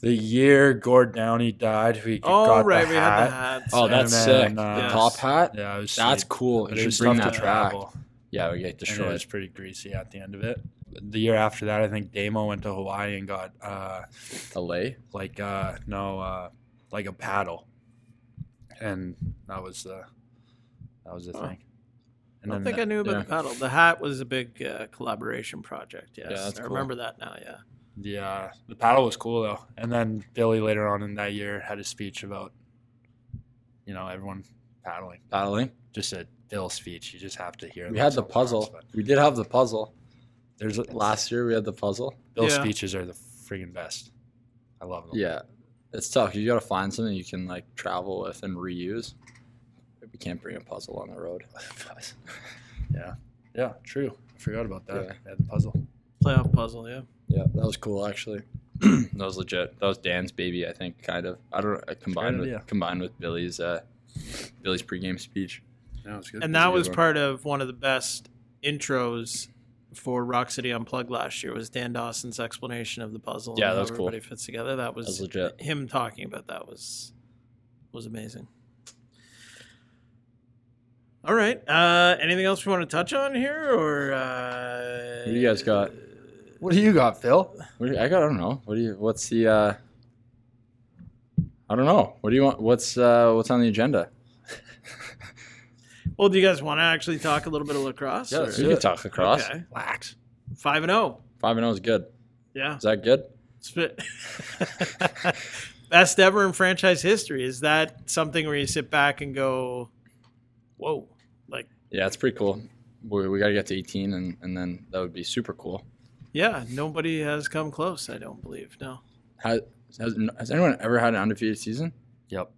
Speaker 3: the year Gord Downey died, we
Speaker 2: Oh
Speaker 3: got
Speaker 2: right,
Speaker 3: the
Speaker 2: we
Speaker 3: hat.
Speaker 2: had the hats.
Speaker 4: Oh,
Speaker 3: And
Speaker 4: that's
Speaker 3: then,
Speaker 4: sick.
Speaker 3: uh,
Speaker 4: the top hat.
Speaker 3: Yeah, it was
Speaker 4: That's
Speaker 3: sweet.
Speaker 4: cool.
Speaker 3: But
Speaker 4: You
Speaker 3: it was
Speaker 4: should bring
Speaker 3: tough
Speaker 4: that
Speaker 3: to
Speaker 4: back.
Speaker 3: travel.
Speaker 4: Yeah, we get
Speaker 3: and it
Speaker 4: destroyed.
Speaker 3: was pretty greasy at the end of it. The year after that, I think Damo went to Hawaii and got uh,
Speaker 4: Delay.
Speaker 3: like uh, no, uh, like a paddle, and that was the that was the
Speaker 2: Huh.
Speaker 3: thing.
Speaker 2: I don't think I knew about
Speaker 4: yeah.
Speaker 2: the paddle. The hat was a big uh, collaboration project. Yes,
Speaker 4: Yeah, that's
Speaker 2: I
Speaker 4: cool.
Speaker 2: remember that now. Yeah,
Speaker 3: the uh, the paddle was cool though. And then Billy later on in that year had a speech about you know everyone paddling.
Speaker 4: Battling.
Speaker 3: Just a Bill speech. You just have to hear.
Speaker 4: We
Speaker 3: that
Speaker 4: had the
Speaker 3: sometimes,
Speaker 4: puzzle.
Speaker 3: but
Speaker 4: We did have the puzzle
Speaker 3: There's a,
Speaker 4: last year. We had the puzzle.
Speaker 3: Bill
Speaker 2: Yeah.
Speaker 3: speeches are the friggin' best. I love them.
Speaker 4: Yeah, it's tough. You got to find something you can like travel with and reuse. We can't bring a puzzle on the road.
Speaker 3: yeah. Yeah. True. I forgot about that.
Speaker 4: Yeah.
Speaker 3: I had the puzzle.
Speaker 2: playoff puzzle. Yeah,
Speaker 4: Yeah, that was cool actually. that was legit. That was Dan's baby, I think, kind of. I don't know, combined with
Speaker 3: idea.
Speaker 4: combined with Billy's uh Billy's pregame speech.
Speaker 3: No, it's good.
Speaker 2: and
Speaker 4: was a
Speaker 2: that
Speaker 4: good
Speaker 2: was
Speaker 4: one.
Speaker 2: part of one of the best intros for Rock City Unplugged last year. Was Dan Dawson's explanation of the puzzle?
Speaker 4: Yeah,
Speaker 2: and
Speaker 4: that
Speaker 2: how
Speaker 4: was cool.
Speaker 2: everybody fits together. That
Speaker 4: That was
Speaker 2: was
Speaker 4: legit.
Speaker 2: him talking about that was was amazing. All right. Uh, anything else we want to touch on here, or uh,
Speaker 4: What do you guys got?
Speaker 3: What do you got, Phil?
Speaker 4: What do you, I got I don't know. What do you what's the uh I don't know. What do you want what's uh what's on the agenda?
Speaker 2: Well, do you guys want to actually talk a little bit of lacrosse?
Speaker 4: Yeah,
Speaker 2: or-
Speaker 4: we can talk across.
Speaker 2: Okay.
Speaker 3: Lax.
Speaker 2: Five and zero.
Speaker 4: Five and oh is good.
Speaker 2: Yeah.
Speaker 4: Is that good?
Speaker 2: Spit. Best ever in franchise history. Is that something where you sit back and go, "Whoa!" Like,
Speaker 4: Yeah, it's pretty cool. We, we gotta get to eighteen and, and then that would be super cool.
Speaker 2: yeah, nobody has come close. I don't believe. No.
Speaker 4: Has, has, has anyone ever had an undefeated season?
Speaker 3: Yep.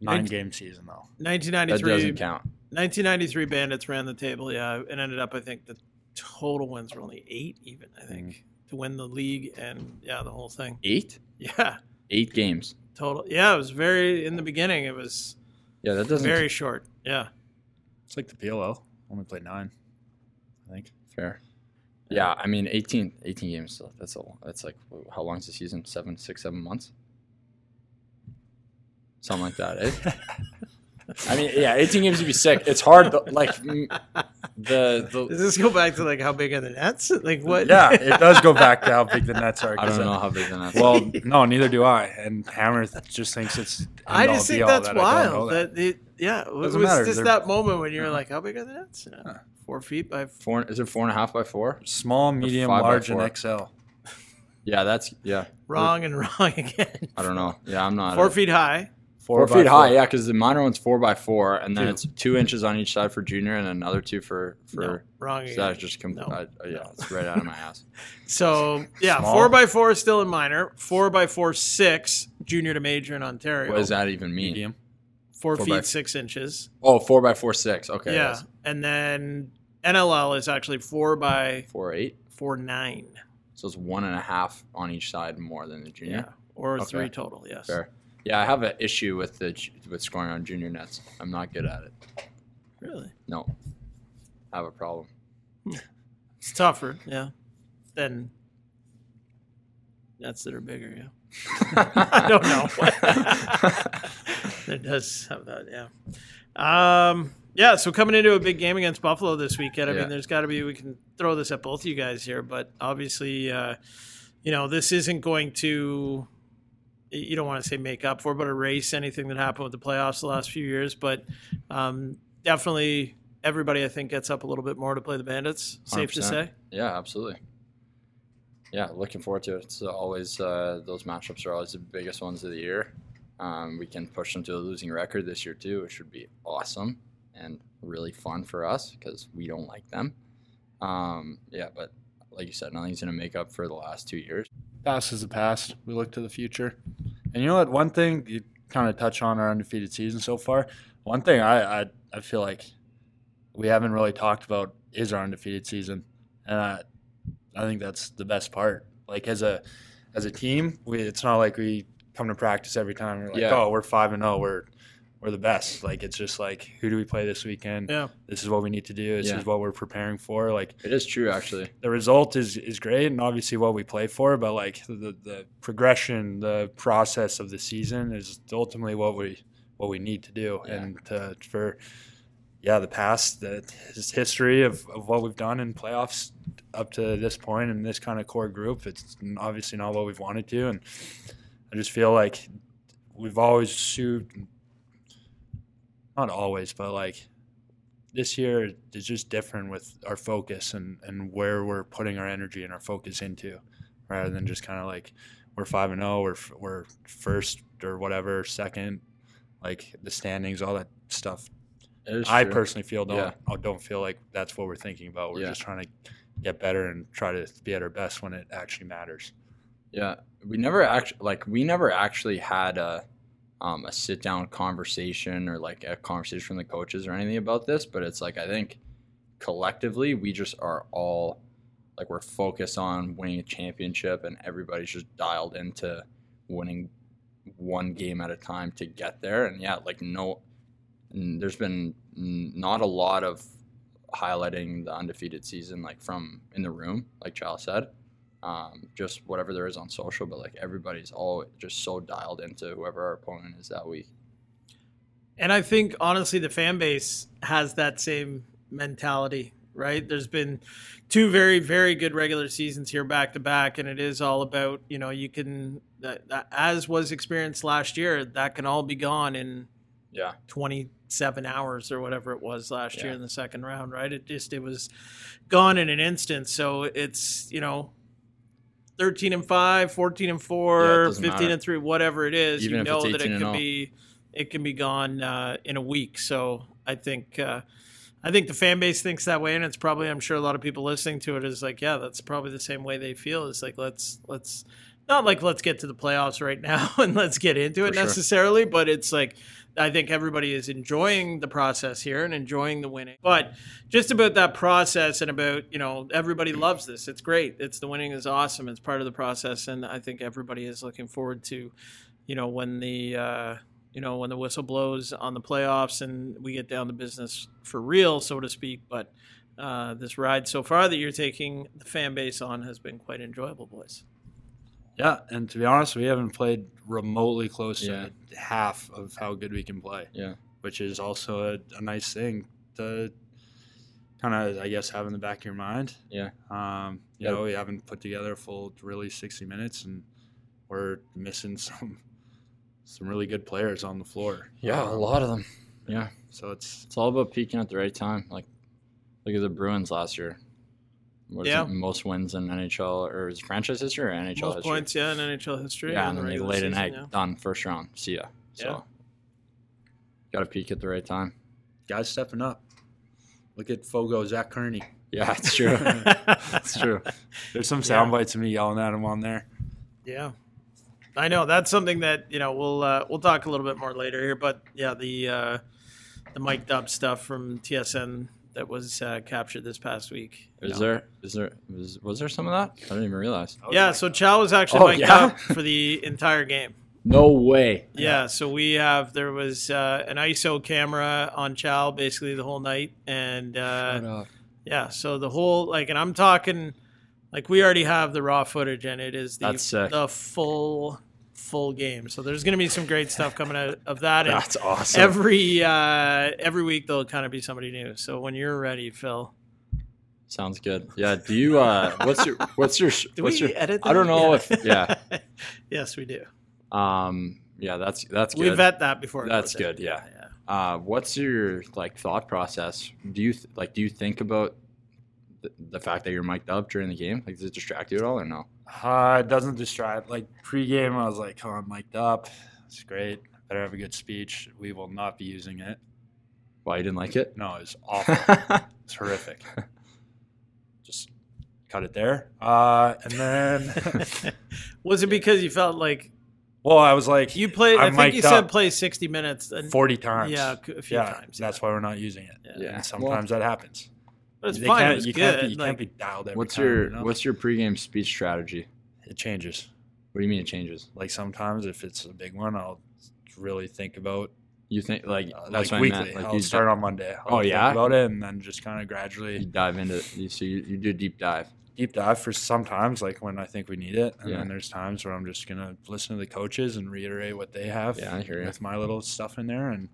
Speaker 3: Nine
Speaker 2: It-
Speaker 3: game season though.
Speaker 4: That
Speaker 2: 1993.
Speaker 4: doesn't count.
Speaker 2: 1993 Bandits ran the table. Yeah, and ended up. I think the total wins were only eight. Even I think
Speaker 4: Mm-hmm.
Speaker 2: to win the league and yeah, the whole thing.
Speaker 4: Eight?
Speaker 2: Yeah,
Speaker 4: Eight games.
Speaker 2: total. Yeah, it was very in the beginning. It was
Speaker 4: Yeah, that doesn't
Speaker 2: very short. Yeah.
Speaker 3: It's like the PLL. Only played nine, I think.
Speaker 4: Fair. Yeah, I mean 18, 18 games. So that's a that's like how long's the season? Seven, six, seven months. Something like that. eh? I mean, yeah, eighteen games would be sick. It's hard, to, like mm, the the.
Speaker 2: Does this go back to like how big are the nets? Like what?
Speaker 3: Yeah, it does go back to how big the Nets are.
Speaker 4: I
Speaker 3: 'cause,
Speaker 4: don't know
Speaker 3: uh,
Speaker 4: how big the Nets.
Speaker 3: Well, no, neither do I. And Hammer th- just thinks it's.
Speaker 2: I
Speaker 3: end-all,
Speaker 2: just think
Speaker 3: be-all
Speaker 2: that's
Speaker 3: that I don't know
Speaker 2: wild.
Speaker 3: that.
Speaker 2: That. it, yeah, it was
Speaker 3: Doesn't matter.
Speaker 2: just
Speaker 3: They're-
Speaker 2: that moment when you were like, how big are the nets? Yeah. Four feet by. f-
Speaker 4: four is it four and a half by four?
Speaker 3: Small, medium,
Speaker 4: five by
Speaker 3: large,
Speaker 4: four.
Speaker 3: and XL.
Speaker 4: Yeah, that's yeah.
Speaker 2: Wrong and wrong again.
Speaker 4: I don't know. Yeah, I'm not.
Speaker 2: Four feet high.
Speaker 4: Four,
Speaker 3: by
Speaker 4: feet high, yeah, because the minor one's four by four, and then
Speaker 3: Two.
Speaker 4: it's two inches on each side for junior, and another two for for.
Speaker 2: Wrong
Speaker 4: So
Speaker 2: again.
Speaker 4: that's just com-
Speaker 2: No.
Speaker 4: I- yeah, it's right out of my ass.
Speaker 2: So yeah,
Speaker 3: Small.
Speaker 2: four by four is still in minor. Four by four six junior to major in Ontario.
Speaker 4: What does that even mean?
Speaker 3: Medium.
Speaker 2: Four,
Speaker 4: Four
Speaker 2: feet
Speaker 4: by-
Speaker 2: six inches.
Speaker 4: Oh, four by four six. Okay,
Speaker 2: yeah,
Speaker 4: that's
Speaker 2: and then NLL is actually four by
Speaker 4: four eight.
Speaker 2: four nine.
Speaker 4: So it's one and a half on each side more than the junior.
Speaker 2: or
Speaker 4: Okay.
Speaker 2: three total. Yes.
Speaker 4: Fair. Yeah, I have an issue with the ju- with scoring on junior nets. I'm not good at it.
Speaker 2: Really,
Speaker 4: No, I have a problem.
Speaker 2: it's tougher. Yeah. Than nets that are bigger. Yeah. I don't know. it does have that, yeah. Um, yeah, so coming into a big game against Buffalo this weekend, I
Speaker 4: Yeah.
Speaker 2: mean, there's got to be, we can throw this at both you guys here, but obviously, uh, you know, this isn't going to, you don't want to say make up for, but erase anything that happened with the playoffs the last few years, but um, definitely everybody, I think, gets up a little bit more to play the Bandits, safe to
Speaker 4: 100%.
Speaker 2: say.
Speaker 4: Yeah, absolutely. Yeah, looking forward to it. It's always uh, those matchups are always the biggest ones of the year. Um, we can push them to a losing record this year too, which would be awesome and really fun for us because we don't like them. Um, yeah, but like you said, nothing's going to make up for the last two years.
Speaker 3: past is the past. We look to the future. And you know what? One thing you kind of touch on our undefeated season so far. One thing I I, I feel like we haven't really talked about is our undefeated season, and I I think that's the best part. Like as a as a team, we it's not like we come to practice every time. We're like,
Speaker 4: Yeah.
Speaker 3: oh, we're five and zero. We're we're the best. Like it's just like, who do we play this weekend?
Speaker 2: Yeah.
Speaker 3: This is what we need to do. This
Speaker 4: Yeah.
Speaker 3: is what we're preparing for. Like
Speaker 4: It is true, actually.
Speaker 3: the result is is great and obviously what we play for but like the the progression the process of the season is ultimately what we what we need to do
Speaker 4: Yeah.
Speaker 3: and uh, for yeah the past the his history of, of what we've done in playoffs up to this point and this kind of core group it's obviously not what we've wanted to and i just feel like we've always sued not always but like this year is just different with our focus and, and where we're putting our energy and our focus into rather than just kind of like we're 5 and 0 we're f- we're first or whatever second like the standings all that stuff
Speaker 4: It is
Speaker 3: i
Speaker 4: true.
Speaker 3: personally feel don't
Speaker 4: Yeah.
Speaker 3: I don't feel like that's what we're thinking about we're
Speaker 4: Yeah.
Speaker 3: just trying to get better and try to be at our best when it actually matters
Speaker 4: Yeah, we never actually like we never actually had a um, a sit down conversation or like a conversation from the coaches or anything about this. But it's like I think collectively we just are all like we're focused on winning a championship, and everybody's just dialed into winning one game at a time to get there. And yeah, like no, n- there's been n- not a lot of highlighting the undefeated season like from in the room, like Charles said um, just whatever there is on social, but like everybody's all just so dialed into whoever our opponent is that week.
Speaker 2: And I think honestly, the fan base has that same mentality, right? There's been two very, very good regular seasons here back to back, and it is all about you know you can, that, that, as was experienced last year, that can all be gone in
Speaker 4: Yeah,
Speaker 2: 27 hours or whatever it was last year
Speaker 4: Yeah.
Speaker 2: in the second round, right? It just it was gone in an instant. So it's, you know, 13 and 5, 14 and 4,
Speaker 4: Yeah, it
Speaker 2: 15
Speaker 4: doesn't matter.
Speaker 2: and 3, whatever it is,
Speaker 4: Even
Speaker 2: you
Speaker 4: if
Speaker 2: know
Speaker 4: it's
Speaker 2: that it
Speaker 4: 18 and oh.
Speaker 2: can
Speaker 4: all.
Speaker 2: be it can be gone uh, in a week. So I think uh I think the fan base thinks that way, and it's probably I'm sure a lot of people listening to it is like, yeah, that's probably the same way they feel. It's like let's let's not like let's get to the playoffs right now and let's get into it
Speaker 4: For sure.
Speaker 2: necessarily, but it's like I think everybody is enjoying the process here and enjoying the winning. But just about that process and about, you know, everybody loves this. It's great. It's the winning is awesome. It's part of the process and I think everybody is looking forward to, you know, when the uh you know, when the whistle blows on the playoffs and we get down to business for real, so to speak. But uh, this ride so far that you're taking the fan base on has been quite enjoyable, boys.
Speaker 3: Yeah, and to be honest, we haven't played remotely close
Speaker 4: Yeah.
Speaker 3: to half of how good we can play.
Speaker 4: Yeah.
Speaker 3: which is also a, a nice thing to kind of, I guess, have in the back of your mind.
Speaker 4: Yeah.
Speaker 3: Um, you
Speaker 4: Yeah.
Speaker 3: know, we haven't put together a full, really sixty minutes, and we're missing some some really good players on the floor.
Speaker 4: Yeah, a lot of them. Yeah.
Speaker 3: So it's
Speaker 4: It's all about peaking at the right time. Like, look at the Bruins last year. What is
Speaker 2: Yeah.
Speaker 4: it? Most wins in NHL or is it franchise history or NHL
Speaker 2: Most
Speaker 4: history?
Speaker 2: points, yeah, in NHL history. in
Speaker 4: Yeah, and
Speaker 2: the
Speaker 4: then they
Speaker 2: regular
Speaker 4: laid an
Speaker 2: season,
Speaker 4: egg.
Speaker 2: yeah.
Speaker 4: Done. First round. See ya. So,
Speaker 2: Yeah.
Speaker 4: got to peak at the right time.
Speaker 3: guys stepping up. Look at Fogo, Zach Kearney.
Speaker 4: Yeah, it's true.
Speaker 3: It's true. There's some
Speaker 2: Yeah.
Speaker 3: sound bites of me yelling at him on there.
Speaker 2: Yeah, I know that's something that you know we'll uh, we'll talk a little bit more later here, but yeah, the uh, the Mike Dub stuff from TSN that was uh, captured this past week.
Speaker 4: is there is there was, was there some of that? I didn't even realize.
Speaker 2: yeah, so Chow was actually
Speaker 4: Oh,
Speaker 2: mic'd
Speaker 4: yeah?
Speaker 2: up for the entire game.
Speaker 4: No way.
Speaker 2: Yeah, so we have there was uh, an ISO camera on Chow basically the whole night, and uh, yeah, so the whole like, and I'm talking like we already have the raw footage, and it is the
Speaker 4: That's sick.
Speaker 2: the full full game. So there's going to be some great stuff coming out of that. And
Speaker 4: That's awesome.
Speaker 2: every uh, every week there'll kind of be somebody new. So when you're ready, Phil,
Speaker 4: Sounds good. Yeah. Do you? Uh, what's your what's your
Speaker 2: do
Speaker 4: what's
Speaker 2: we
Speaker 4: your?
Speaker 2: edit?
Speaker 4: I don't
Speaker 2: that?
Speaker 4: know if yeah.
Speaker 2: yes, we do.
Speaker 4: Um. Yeah. That's that's
Speaker 2: We
Speaker 4: good.
Speaker 2: vet that before. it
Speaker 4: That's
Speaker 2: goes in.
Speaker 4: good, yeah. uh, what's your like thought process? Do you th- like do you think about th- the fact that you're mic'd up during the game? Like, does it distract you at all or no?
Speaker 3: Uh, it doesn't distract. Like pregame, I was like, "Oh, I'm mic'd up. It's great. Better have a good speech." We will not be using it.
Speaker 4: Why you didn't like it?
Speaker 3: No, it's awful. it's horrific. Just cut it there. Uh, and then,
Speaker 2: yeah. Was it because you felt like
Speaker 3: well, I was like,
Speaker 2: you played? i
Speaker 3: I'm
Speaker 2: think you
Speaker 3: mic'd
Speaker 2: said
Speaker 3: up
Speaker 2: play 60 minutes. And,
Speaker 3: forty times.
Speaker 2: yeah, c- a few
Speaker 3: yeah.
Speaker 2: times.
Speaker 3: That's why we're not using it.
Speaker 2: Yeah.
Speaker 4: Yeah.
Speaker 3: And sometimes that happens.
Speaker 2: but it's
Speaker 3: They
Speaker 2: fine.
Speaker 3: can't-
Speaker 2: It was
Speaker 3: you
Speaker 2: good.
Speaker 3: Can't be, you
Speaker 2: like,
Speaker 3: can't be dialed every
Speaker 4: what's
Speaker 3: time,
Speaker 4: your
Speaker 3: you know?
Speaker 4: what's your pregame speech strategy?
Speaker 3: it changes.
Speaker 4: What do you mean it changes?
Speaker 3: Like sometimes, if it's a big one, I'll really think about
Speaker 4: You think like
Speaker 3: uh, like
Speaker 4: that's what
Speaker 3: weekly.
Speaker 4: I meant. Like
Speaker 3: I'll
Speaker 4: you
Speaker 3: start on Monday. I'll
Speaker 4: Oh,
Speaker 3: think
Speaker 4: yeah?
Speaker 3: about it, and then just kind of
Speaker 4: di- you
Speaker 3: gradually
Speaker 4: dive into it. You- so you, you do a deep dive.
Speaker 3: deep dive for sometimes, like when I think we need it, and
Speaker 4: Yeah.
Speaker 3: then there's times where I'm just gonna listen to the coaches and reiterate what they have.
Speaker 4: Yeah, I hear ya.
Speaker 3: With my little stuff in there, and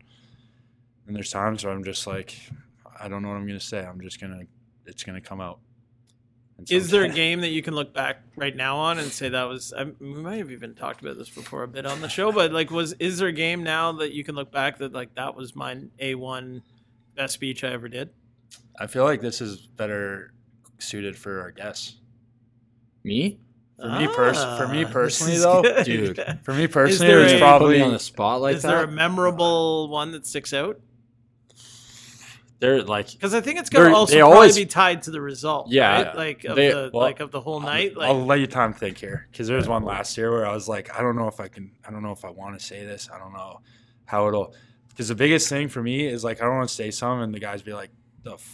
Speaker 3: and there's times where I'm just like, I don't know what I'm gonna say. I'm just gonna, it's gonna come out. And
Speaker 2: Is there a
Speaker 3: sometimes-
Speaker 2: game that you can look back right now on and say that was? I, we might have even talked about this before a bit on the show, but like, was is there a game now that you can look back that like that was my a one best speech I ever did?
Speaker 3: I feel like this is better suited for our guests.
Speaker 4: Me?
Speaker 3: For me pers- for me
Speaker 2: Ah, this
Speaker 3: personally,
Speaker 2: is
Speaker 3: though,
Speaker 2: good.
Speaker 4: dude,
Speaker 3: For me personally,
Speaker 2: there
Speaker 3: it was
Speaker 2: a-
Speaker 3: probably
Speaker 4: Put me on the spot like
Speaker 2: is there
Speaker 4: that.
Speaker 2: a memorable one that sticks out?
Speaker 4: They're like
Speaker 2: Because I think it's going
Speaker 4: They're-
Speaker 2: to also
Speaker 4: they
Speaker 2: probably
Speaker 4: always-
Speaker 2: be tied to the result.
Speaker 4: Yeah.
Speaker 2: right? like of
Speaker 4: They-
Speaker 2: the
Speaker 3: well,
Speaker 2: like of the whole night. Like
Speaker 3: I'll let you time think here because there was one last year where I was like, I don't know if I can, I don't know if I want to say this. I don't know how it'll. Because the biggest thing for me is like, I don't want to say something and the guys be like, the f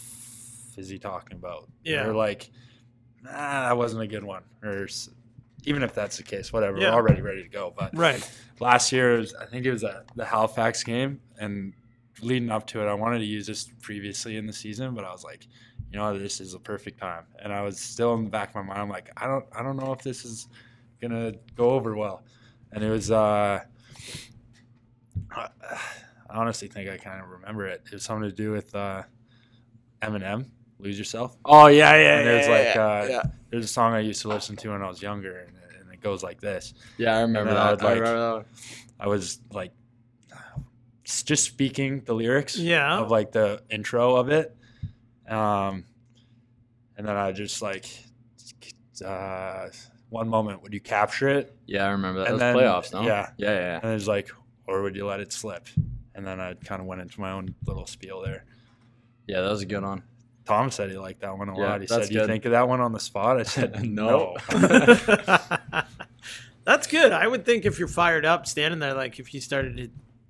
Speaker 3: is he talking about?
Speaker 2: Yeah.
Speaker 3: Or like, nah, that wasn't a good one. Or s- even if that's the case, whatever.
Speaker 2: Yeah.
Speaker 3: We're already ready to go. But
Speaker 2: right,
Speaker 3: last year, it was, I think it was at the Halifax game, and leading up to it, I wanted to use this previously in the season, but I was like, you know, this is the perfect time, and I was still in the back of my mind, I'm like, I don't, I don't know if this is gonna go over well, and it was. uh I I honestly think I kind of remember it. It was something to do with uh, Eminem, "Lose Yourself."
Speaker 4: oh yeah yeah
Speaker 3: And there's
Speaker 4: yeah,
Speaker 3: like
Speaker 4: yeah,
Speaker 3: uh,
Speaker 4: yeah.
Speaker 3: there's a song I used to listen to when I was younger, and, and it goes like this.
Speaker 4: Yeah, I remember
Speaker 3: then I
Speaker 4: that.
Speaker 3: would,
Speaker 4: I
Speaker 3: like-
Speaker 4: remember that.
Speaker 3: I was like s- just speaking the lyrics
Speaker 2: yeah.
Speaker 3: of like the intro of it. Um, and then I just like, uh, one moment, would you capture it?
Speaker 4: Yeah, I remember that.
Speaker 3: And
Speaker 4: that
Speaker 3: then-
Speaker 4: was playoffs, no?
Speaker 3: yeah.
Speaker 4: yeah, yeah.
Speaker 3: And it's like, or would you let it slip? And then I kind of went into my own little spiel there.
Speaker 4: Yeah, that was a good one.
Speaker 3: Tom said he liked that one a
Speaker 4: Yeah,
Speaker 3: lot. He
Speaker 4: that's
Speaker 3: said, "You
Speaker 4: good.
Speaker 3: think of that one on the spot?" I said,
Speaker 4: No.
Speaker 3: "No."
Speaker 2: That's good. I would think if you're fired up, standing there, like if you started to,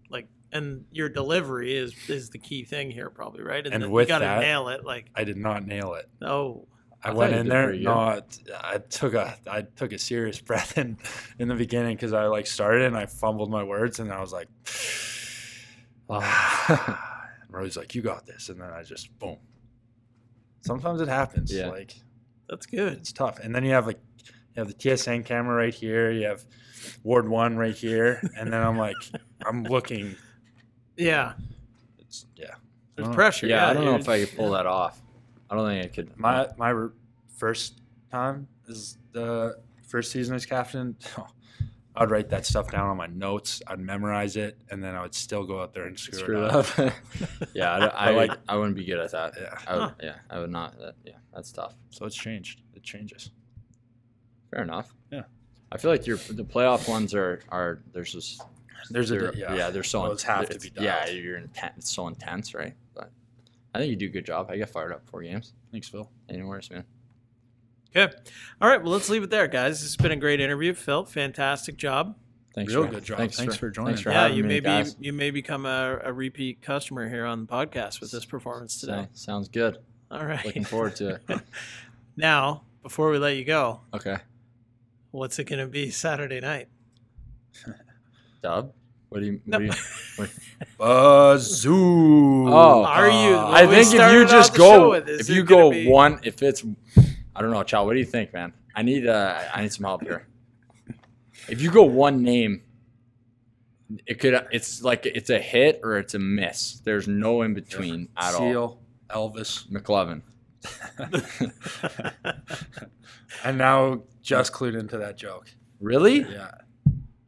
Speaker 2: like, and your delivery is is the key thing here, probably right.
Speaker 3: And
Speaker 2: then
Speaker 3: with
Speaker 2: you gotta
Speaker 3: that-
Speaker 2: nail it. Like,
Speaker 3: I did not nail it.
Speaker 2: oh,
Speaker 3: I,
Speaker 4: I
Speaker 3: went
Speaker 4: thought you
Speaker 3: in
Speaker 4: did
Speaker 3: there.
Speaker 4: pretty good.
Speaker 3: No, I, I took a I took a serious breath in in the beginning because I like started and I fumbled my words and I was like, and Roy's like, "You got this," and then I just boom. Sometimes it happens.
Speaker 4: Yeah.
Speaker 3: Like
Speaker 2: That's good.
Speaker 3: it's tough. And then you have like you have the TSN camera right here. You have Ward One right here, and then I'm like, I'm looking.
Speaker 2: Yeah.
Speaker 3: It's yeah.
Speaker 2: There's
Speaker 3: Oh.
Speaker 2: pressure.
Speaker 4: Yeah, I don't know
Speaker 2: dude.
Speaker 4: if I could pull that off. I don't think I could.
Speaker 3: My my r- first time is the first season as captain. I'd write that stuff down on my notes. I'd memorize it, and then I would still go out there and screw,
Speaker 4: screw
Speaker 3: it
Speaker 4: it
Speaker 3: up.
Speaker 4: up. yeah, I, don't- I,
Speaker 3: But, like-
Speaker 4: would, I wouldn't be good at that.
Speaker 3: Yeah.
Speaker 4: I would,
Speaker 2: Huh.
Speaker 4: yeah, I would not. That, yeah, that's tough.
Speaker 3: So it's changed. It changes.
Speaker 4: Fair enough.
Speaker 3: Yeah.
Speaker 4: I feel like your the playoff ones are are there's just
Speaker 3: There's a
Speaker 4: they're, yeah.
Speaker 3: yeah.
Speaker 4: they're so
Speaker 3: Those have to
Speaker 4: it's-
Speaker 3: be
Speaker 4: yeah
Speaker 3: dialed.
Speaker 4: you're intense it's so intense right but I think you do a good job I get fired up four games
Speaker 3: Thanks, Phil.
Speaker 4: any worse man
Speaker 2: Okay. All right. Well, let's leave it there, guys. This has been a great interview, Phil. Fantastic job.
Speaker 4: thanks
Speaker 3: Real
Speaker 4: for,
Speaker 3: good job. Thanks for joining.
Speaker 4: thanks for
Speaker 3: Yeah,
Speaker 2: yeah,
Speaker 4: having
Speaker 2: you
Speaker 4: me,
Speaker 2: may
Speaker 4: guys.
Speaker 2: be you may become a, a repeat customer here on the podcast with this performance
Speaker 4: So,
Speaker 2: today.
Speaker 4: sounds good
Speaker 2: All right.
Speaker 4: looking forward to it
Speaker 2: Now, before we let you go,
Speaker 4: okay
Speaker 2: what's it going to be Saturday night?
Speaker 4: Dub what do you,
Speaker 2: No.
Speaker 4: what do you
Speaker 3: Bazoo.
Speaker 4: Oh.
Speaker 2: Are you?
Speaker 3: Uh,
Speaker 2: Well,
Speaker 4: I
Speaker 2: we
Speaker 4: think if
Speaker 2: started
Speaker 4: you
Speaker 2: out
Speaker 4: just
Speaker 2: the show
Speaker 4: go,
Speaker 2: with, is
Speaker 4: if
Speaker 2: it
Speaker 4: you
Speaker 2: gonna
Speaker 4: go
Speaker 2: be-
Speaker 4: one, if it's, I don't know, Chow. What do you think, man? I need, uh, I need some help here. If you go one name, it could, it's like it's a hit or it's a miss. There's no in between at all.
Speaker 3: Seal, Elvis,
Speaker 4: McLovin.
Speaker 3: and now just clued into that joke.
Speaker 4: Really?
Speaker 3: Yeah.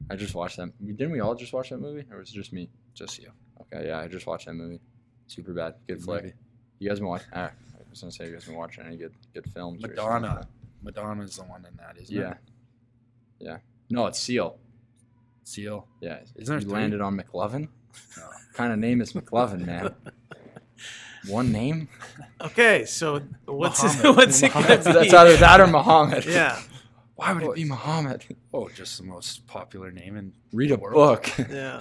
Speaker 4: I just watched that. Didn't we all just watch that movie, or was it just me? Just you. Okay, yeah, I just watched that movie. Super bad, good flick.
Speaker 3: movie.
Speaker 4: You guys been watching? Ah, I was gonna say you guys been watching any good, good films? or something?
Speaker 3: Madonna. Madonna's the one in that, isn't
Speaker 4: Yeah.
Speaker 3: it?
Speaker 4: Yeah. No, it's Seal.
Speaker 3: Seal.
Speaker 4: Yeah.
Speaker 3: Isn't there
Speaker 4: you
Speaker 3: three?
Speaker 4: landed on McLovin?
Speaker 3: No.
Speaker 4: kind of name is McLovin, man? One name?
Speaker 2: Okay, so what's
Speaker 3: Muhammad.
Speaker 2: what's it going
Speaker 4: That's,
Speaker 2: to be?
Speaker 4: that's either that or Muhammad.
Speaker 2: yeah,
Speaker 4: Why would it be Muhammad?
Speaker 3: Oh, just the most popular name in
Speaker 4: Read a
Speaker 3: the world.
Speaker 4: book.
Speaker 2: yeah.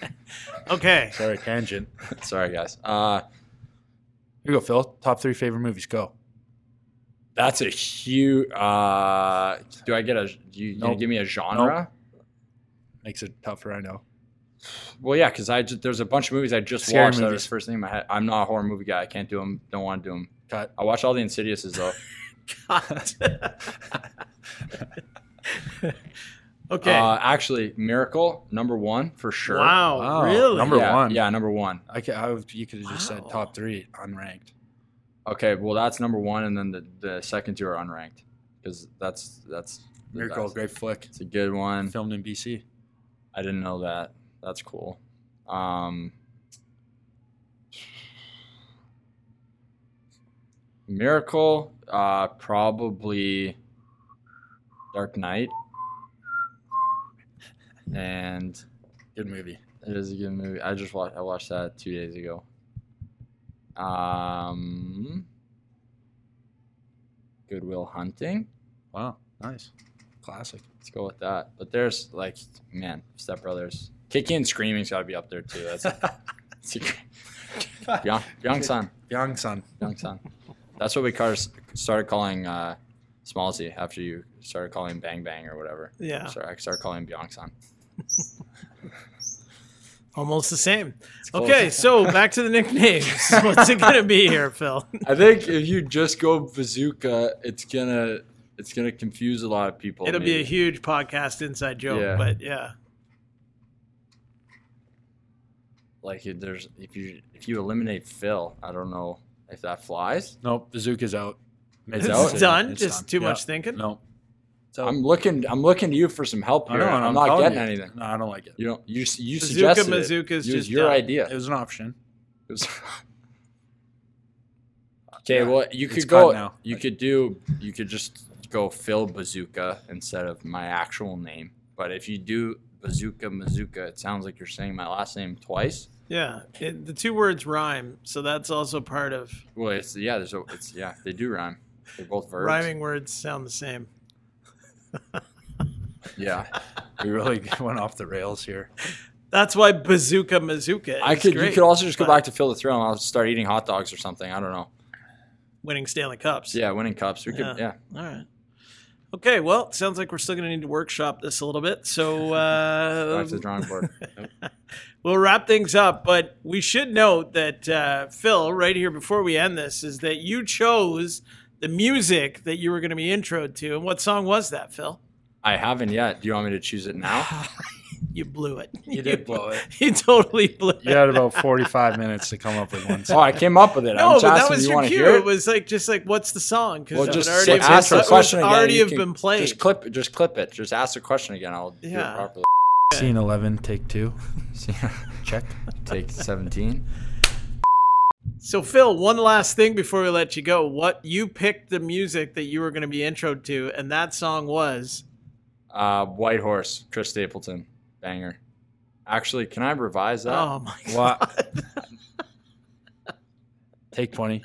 Speaker 2: Okay,
Speaker 3: Sorry, tangent.
Speaker 4: Sorry, guys. Uh,
Speaker 3: Here you go, Phil. Top three favorite movies. Go.
Speaker 4: that's a huge. Uh, do I get a? You, you gonna
Speaker 3: Nope.
Speaker 4: give me a genre?
Speaker 3: Makes it tougher, I know.
Speaker 4: Well, yeah, because I just, there's a bunch of movies I just
Speaker 3: Scary
Speaker 4: watched. That was
Speaker 3: movies.
Speaker 4: the first thing in my head. I'm not a horror movie guy. I can't do them. Don't want to do them.
Speaker 3: Cut.
Speaker 4: I watch all the Insidiouses though.
Speaker 2: okay.
Speaker 4: Uh, actually, Miracle number one for sure.
Speaker 2: Wow,
Speaker 3: Wow.
Speaker 2: really?
Speaker 3: Number
Speaker 4: Yeah,
Speaker 3: one.
Speaker 4: Yeah, number one.
Speaker 3: I, ca- I would- you could have just
Speaker 2: Wow.
Speaker 3: said top three unranked.
Speaker 4: Okay, well that's number one, and then the, the second two are unranked because that's that's the
Speaker 3: Miracle,
Speaker 4: best.
Speaker 3: great flick.
Speaker 4: It's a good one.
Speaker 3: Filmed in BC.
Speaker 4: I didn't know that. That's cool. Um, Miracle, uh, probably Dark Knight, and
Speaker 3: Good movie.
Speaker 4: It is a good movie. I just watched. I watched that two days ago. Um, Goodwill Hunting.
Speaker 3: Wow. Nice. Classic.
Speaker 4: Let's go with that. But there's like, man, Step Brothers. Kicking and Screaming's got to be up there too. That's it's a great- Young Young San,
Speaker 3: Young Sun.
Speaker 4: Young San. That's what we car- started calling uh, Smallsy after you started calling Bang Bang or whatever.
Speaker 2: yeah,
Speaker 4: Sorry, I started calling Beyond San.
Speaker 2: almost the same.
Speaker 4: It's close.
Speaker 2: Okay, so back to the nicknames. what's it going to be here, Phil?
Speaker 4: I think if you just go bazooka, it's gonna it's gonna confuse a lot of people.
Speaker 2: It'll be a
Speaker 4: maybe.
Speaker 2: huge podcast inside joke,
Speaker 4: Yeah.
Speaker 2: but yeah,
Speaker 4: like if there's if you if you eliminate Phil, I don't know if that flies.
Speaker 3: Nope. Bazooka's out.
Speaker 2: it's,
Speaker 4: out?
Speaker 2: done.
Speaker 3: It's
Speaker 2: Just
Speaker 3: done.
Speaker 2: too
Speaker 3: Yeah.
Speaker 2: much thinking.
Speaker 3: Nope. So,
Speaker 4: I'm looking I'm looking to you for some help
Speaker 3: I
Speaker 4: here.
Speaker 3: don't know,
Speaker 4: I'm,
Speaker 3: I'm
Speaker 4: not
Speaker 3: telling
Speaker 4: getting
Speaker 3: you.
Speaker 4: anything.
Speaker 3: No, I don't like it.
Speaker 4: You don't you s- you
Speaker 2: Bazooka
Speaker 4: suggested it.
Speaker 2: Mazooka's
Speaker 4: It was
Speaker 2: just
Speaker 4: your
Speaker 2: done.
Speaker 4: idea.
Speaker 3: It was an option.
Speaker 4: It was- okay,
Speaker 3: Yeah,
Speaker 4: well you
Speaker 3: it's
Speaker 4: could
Speaker 3: cut
Speaker 4: go
Speaker 3: now.
Speaker 4: you could do you could just go Phil Bazooka instead of my actual name. But if you do Bazooka Mazooka, it sounds like you're saying my last name twice.
Speaker 2: Yeah, it, the two words rhyme, so that's also part of
Speaker 4: Well, it's yeah, there's a, it's yeah, they do rhyme. They're both verbs.
Speaker 2: rhyming words sound the same.
Speaker 4: Yeah.
Speaker 3: We really went off the rails here.
Speaker 2: That's why bazooka mazooka. Is
Speaker 4: I could
Speaker 2: Great.
Speaker 4: you could also just go
Speaker 2: but-
Speaker 4: back to Phil the Thrill and I'll start eating hot dogs or something. I don't know.
Speaker 2: winning Stanley Cups.
Speaker 4: So, yeah, winning cups. We could
Speaker 2: Yeah.
Speaker 4: yeah.
Speaker 2: All right. Okay. Well, it sounds like we're still going to need to workshop this a little bit. So
Speaker 4: Back
Speaker 2: uh,
Speaker 4: to the drawing board.
Speaker 2: we'll wrap things up, but we should note that uh, Phil, right here before we end this, is that you chose the music that you were going to be introed to, and what song was that, Phil?
Speaker 4: I haven't yet. Do you want me to choose it now?
Speaker 2: You blew it.
Speaker 4: You did blow it.
Speaker 2: You totally blew it.
Speaker 3: You had about 45 minutes to come up with one.
Speaker 4: Oh, I came up with it.
Speaker 2: No,
Speaker 4: I'm
Speaker 2: but
Speaker 4: just
Speaker 2: that
Speaker 4: asking,
Speaker 2: was
Speaker 4: you
Speaker 2: your
Speaker 4: want to
Speaker 2: cue.
Speaker 4: hear
Speaker 2: It?
Speaker 4: it?
Speaker 2: was like just like, what's the song? Because
Speaker 4: Well,
Speaker 2: it
Speaker 4: just
Speaker 2: would
Speaker 4: say,
Speaker 2: already, been-
Speaker 4: ask the
Speaker 2: it would
Speaker 4: question again.
Speaker 2: already
Speaker 4: You
Speaker 2: have
Speaker 4: can
Speaker 2: been played.
Speaker 4: Just clip, just clip it. Just ask the question again. I'll do
Speaker 2: Yeah.
Speaker 4: it properly.
Speaker 3: Scene 11, take two. Check.
Speaker 4: Take 17.
Speaker 2: So, Phil, one last thing before we let you go. What you picked the music that you were going to be introed to, and that song was
Speaker 4: Uh, White Horse, Chris Stapleton, banger. Actually, can I revise that?
Speaker 2: oh my god,
Speaker 3: What? take 20.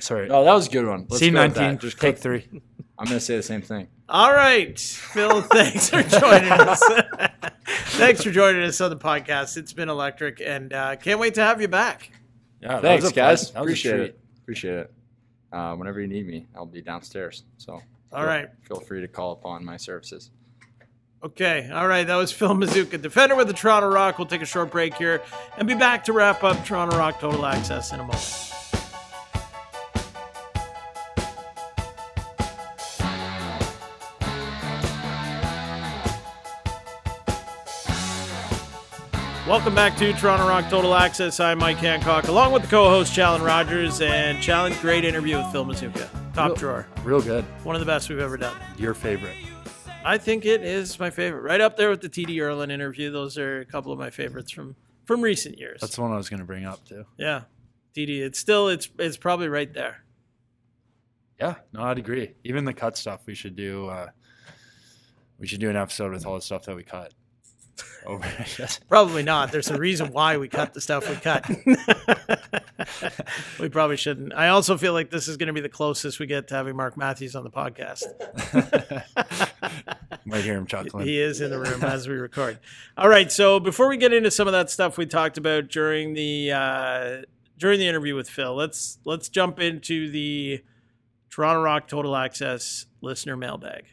Speaker 3: Sorry.
Speaker 4: No, that was a good one. Oh, Let's
Speaker 3: Scene
Speaker 4: go with that.
Speaker 3: 19,
Speaker 4: Just
Speaker 3: take
Speaker 4: clip.
Speaker 3: three.
Speaker 4: I'm gonna say the same thing.
Speaker 2: All right, Phil, thanks for joining us. thanks for joining us on the podcast. It's been electric, and uh, can't wait to have you back.
Speaker 3: Yeah, that
Speaker 4: Thanks,
Speaker 3: was a
Speaker 4: guys.
Speaker 3: pleasure. That was a
Speaker 4: Appreciate
Speaker 3: treat.
Speaker 4: it. Appreciate it. Uh, whenever you need me, I'll be downstairs. So,
Speaker 2: All
Speaker 4: feel-
Speaker 2: right.
Speaker 4: feel free to call upon my services.
Speaker 2: Okay, all right, that was Phil Mazuka, defender with the Toronto Rock. We'll take a short break here and be back to wrap up Toronto Rock Total Access in a moment. Welcome back to Toronto Rock Total Access. I'm Mike Hancock, along with the co-host Challen Rogers, and Challen, great interview with Phil Mazuka. Top
Speaker 3: Cool.
Speaker 2: drawer,
Speaker 3: Real good.
Speaker 2: one of the best we've ever done.
Speaker 3: Your favorite.
Speaker 2: I think it is my favorite, right up there with the TD Erlin interview. Those are a couple of my favorites from from recent years.
Speaker 3: That's the one I was going to bring up, too.
Speaker 2: yeah, TD. It's still it's it's probably right there.
Speaker 3: Yeah, no, I'd agree. Even the cut stuff, we should do. Uh, we should do an episode with all the stuff that we cut. Over.
Speaker 2: Probably not. There's a reason why we cut the stuff we cut. we probably shouldn't. I also feel like this is going to be the closest we get to having Mark Matthews on the podcast.
Speaker 3: Might hear him chuckling.
Speaker 2: He is in the room as we record. All right. So before we get into some of that stuff we talked about during the uh, during the interview with Phil, let's let's jump into the Toronto Rock Total Access listener mailbag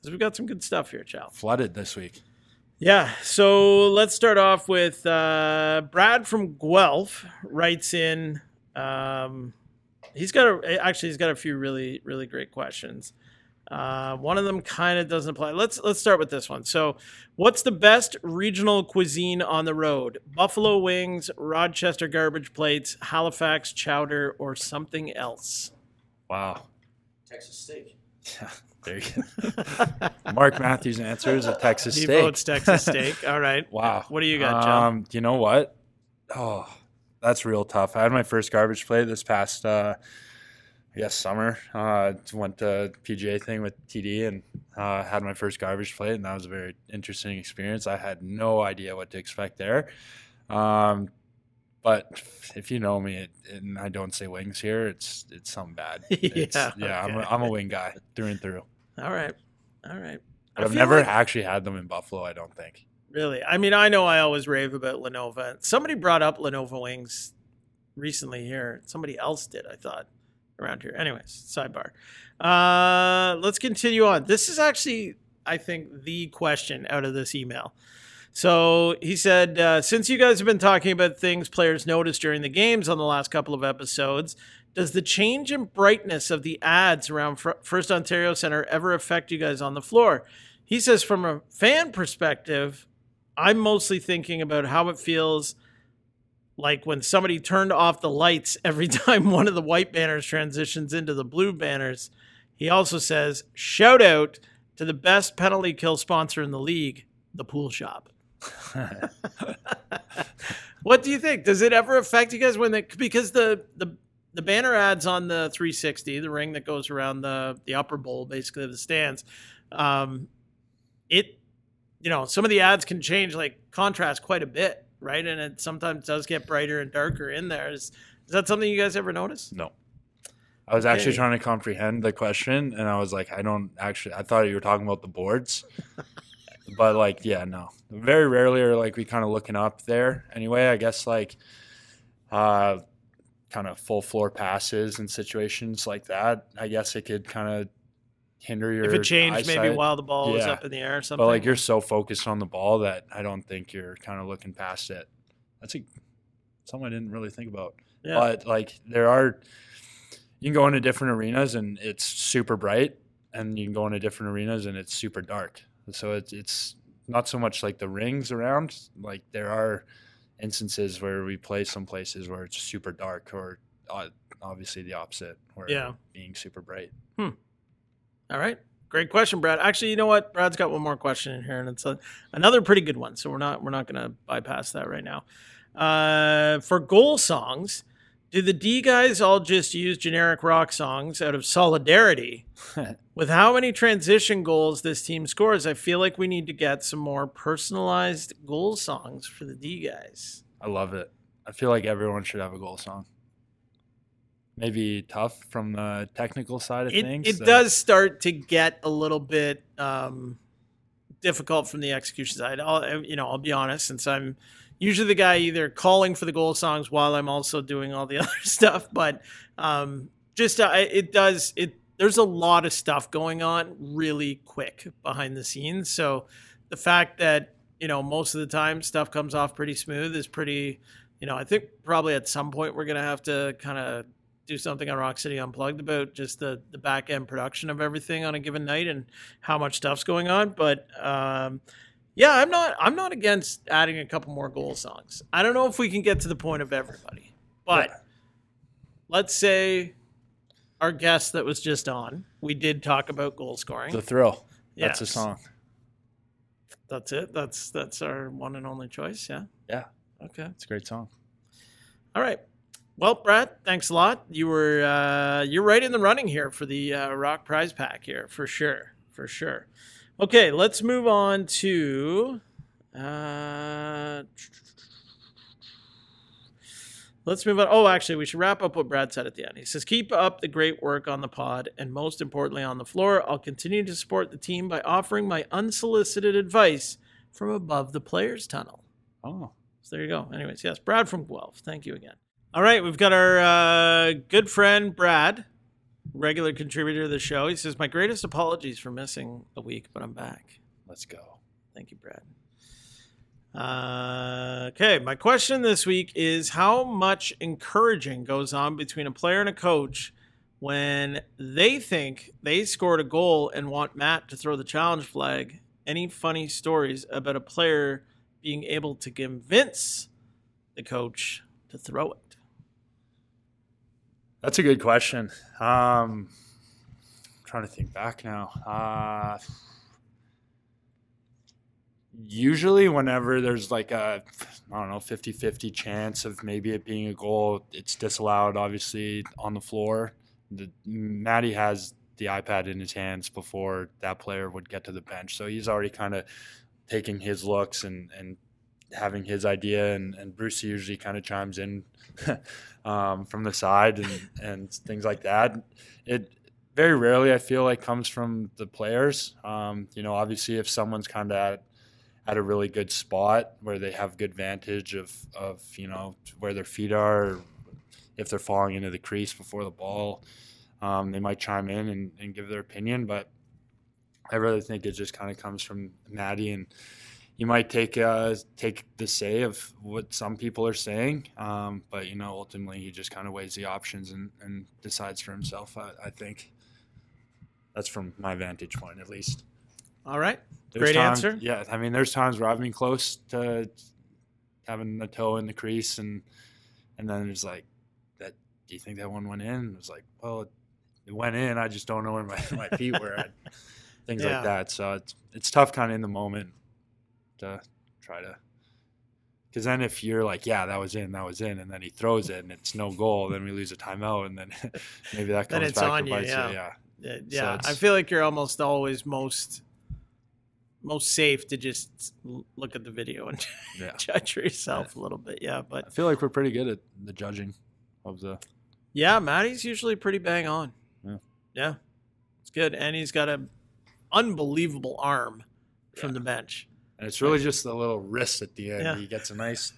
Speaker 2: because we've got some good stuff here, Chow.
Speaker 3: Flooded this week.
Speaker 2: Yeah. So let's start off with uh, Brad from Guelph writes in. Um, he's got a actually he's got a few really really great questions. Uh, one of them kind of doesn't apply. Let's let's start with this one. So, what's the best regional cuisine on the road? Buffalo wings, Rochester garbage plates, Halifax chowder, or something else?
Speaker 3: Wow.
Speaker 5: Texas steak.
Speaker 3: There you go. Mark Matthews answers a Texas
Speaker 2: He
Speaker 3: steak.
Speaker 2: votes Texas steak. All right.
Speaker 3: Wow.
Speaker 2: What do you got, Joe?
Speaker 3: Um, you know what? Oh, that's real tough. I had my first garbage plate this past, uh, I guess, summer. Uh, went to PGA thing with TD and uh, had my first garbage plate, and that was a very interesting experience. I had no idea what to expect there. Um, but if you know me, it, and I don't say wings here, it's it's something bad. It's-
Speaker 2: Yeah,
Speaker 3: yeah, I'm, a,
Speaker 2: okay.
Speaker 3: I'm a wing guy through and through.
Speaker 2: All right. All right. I
Speaker 3: But I've
Speaker 2: feel
Speaker 3: never
Speaker 2: like-
Speaker 3: actually had them in Buffalo. I don't think.
Speaker 2: Really? I mean, I know I always rave about Lenovo. Somebody brought up Lenovo wings recently here. Somebody else did, I thought, around here. Anyways, sidebar. Uh, let's continue on. This is actually, I think, the question out of this email. So he said, uh, since you guys have been talking about things players notice during the games on the last couple of episodes, does the change in brightness of the ads around Fir- First Ontario Centre ever affect you guys on the floor? He says, from a fan perspective, I'm mostly thinking about how it feels like when somebody turned off the lights every time one of the white banners transitions into the blue banners. He also says, shout out to the best penalty kill sponsor in the league, the pool shop. what do you think? Does it ever affect you guys when they because the the the banner ads on the 360, the ring that goes around the the upper bowl, basically of the stands, um, it you know some of the ads can change like contrast quite a bit, right? And it sometimes does get brighter and darker in there. Is is that something you guys ever notice?
Speaker 3: No. I was actually
Speaker 2: Okay.
Speaker 3: trying to comprehend the question and I was like, I don't actually I thought you were talking about the boards. but like, yeah, no. Very rarely are like we kind of looking up there anyway. I guess like uh kind of full floor passes and situations like that. I guess it could kind of hinder your
Speaker 2: If it changed, maybe
Speaker 3: eyesight.
Speaker 2: while the ball was
Speaker 3: Yeah.
Speaker 2: up in the air or something.
Speaker 3: But like you're so focused on the ball that I don't think you're kind of looking past it. That's a, something I didn't really think about.
Speaker 2: yeah.
Speaker 3: But like there are, you can go into different arenas and it's super bright, and you can go into different arenas and it's super dark. So it's it's not so much like the rings around. Like there are instances where we play some places where it's super dark, or uh, obviously the opposite, where
Speaker 2: Yeah.
Speaker 3: being super bright.
Speaker 2: All right. Great question, Brad. Actually, you know what? Brad's got one more question in here, and it's a, another pretty good one. So we're not we're not going to bypass that right now. Uh, for goal songs, do the D guys all just use generic rock songs out of solidarity? With how many transition goals this team scores, I feel like we need to get some more personalized goal songs for the D guys.
Speaker 3: I love it. I feel like everyone should have a goal song. Maybe tough from the technical side of
Speaker 2: It,
Speaker 3: things. uh,
Speaker 2: it
Speaker 3: that-
Speaker 2: does start to get a little bit um, difficult from the execution side. I'll, you know, I'll be honest, since I'm usually the guy either calling for the goal songs while I'm also doing all the other stuff. But um, just uh, it does it. There's a lot of stuff going on really quick behind the scenes. So the fact that you know most of the time stuff comes off pretty smooth is pretty. You know, I think probably at some point we're gonna have to kind of do something on Rock City Unplugged about just the the back end production of everything on a given night and how much stuff's going on. But um, yeah, I'm not I'm not against adding a couple more goal songs. I don't know if we can get to the point of everybody, but let's say our guest that was just on, we did talk about goal scoring.
Speaker 3: the thrill. That's a
Speaker 2: Yes.
Speaker 3: song.
Speaker 2: That's it. That's that's our one and only choice. Yeah.
Speaker 3: Yeah,
Speaker 2: Okay.
Speaker 3: it's a great song.
Speaker 2: All right. Well, Brad, thanks a lot. You were uh, you're right in the running here for the uh, Rock Prize Pack here for sure, for sure. Okay, let's move on to uh, let's move on. Oh, actually, we should wrap up what Brad said at the end. He says, "Keep up the great work on the pod, and most importantly on the floor. I'll continue to support the team by offering my unsolicited advice from above the players' tunnel."
Speaker 3: Oh,
Speaker 2: So there you go. Anyways, yes, Brad from Guelph. Thank you again. All right, we've got our uh, good friend Brad, regular contributor to the show. He says, "My greatest apologies for missing a week, but I'm back."
Speaker 3: let's go.
Speaker 2: Thank you, Brad. Uh, okay, my question this week is how much encouraging goes on between a player and a coach when they think they scored a goal and want Matt to throw the challenge flag? Any funny stories about a player being able to convince the coach to throw it?
Speaker 3: That's a good question. Um, trying to think back now. Uh, usually, whenever there's like a, I don't know, 50 50 chance of maybe it being a goal, it's disallowed, obviously, on the floor. The, Maddie has the iPad in his hands before that player would get to the bench. So he's already kind of taking his looks and, and having his idea. And, and Bruce usually kind of chimes in um, from the side and, and things like that. It very rarely, I feel like, comes from the players. Um, you know, obviously, if someone's kind of at, at a really good spot where they have good vantage of, of you know, where their feet are, or if they're falling into the crease before the ball, um, they might chime in and, and give their opinion. But I really think it just kind of comes from Maddie and you might take uh, take the say of what some people are saying, um, but you know ultimately he just kind of weighs the options and, and decides for himself. I, I think that's from my vantage point at least.
Speaker 2: All right.
Speaker 3: There's
Speaker 2: Great
Speaker 3: times-
Speaker 2: answer.
Speaker 3: Yeah, I mean there's times where I've been close to having the toe in the crease, and and then it's like that. Do you think that one went in? And It was like, well, it went in. I just don't know where my, my feet were. at. Things
Speaker 2: Yeah.
Speaker 3: like that. So it's it's tough, kind of in the moment, to try to. Because then if you're like, yeah, that was in, that was in, and then he throws it and it's no goal, then we lose a timeout, and then maybe that
Speaker 2: Then
Speaker 3: comes
Speaker 2: it's
Speaker 3: back
Speaker 2: on
Speaker 3: to
Speaker 2: you,
Speaker 3: bite
Speaker 2: yeah.
Speaker 3: you. Yeah.
Speaker 2: Yeah, yeah. I
Speaker 3: it's-
Speaker 2: feel like you're almost always most most safe to just l- look at the video and
Speaker 3: Yeah.
Speaker 2: judge for yourself a little bit. Yeah, but
Speaker 3: I feel like we're pretty good at the judging of the
Speaker 2: yeah, Maddie's usually pretty bang on.
Speaker 3: Yeah.
Speaker 2: Yeah. It's good. And he's got an unbelievable arm from
Speaker 3: Yeah.
Speaker 2: the bench.
Speaker 3: And it's really just the little wrist at the end.
Speaker 2: Yeah.
Speaker 3: He gets a nice,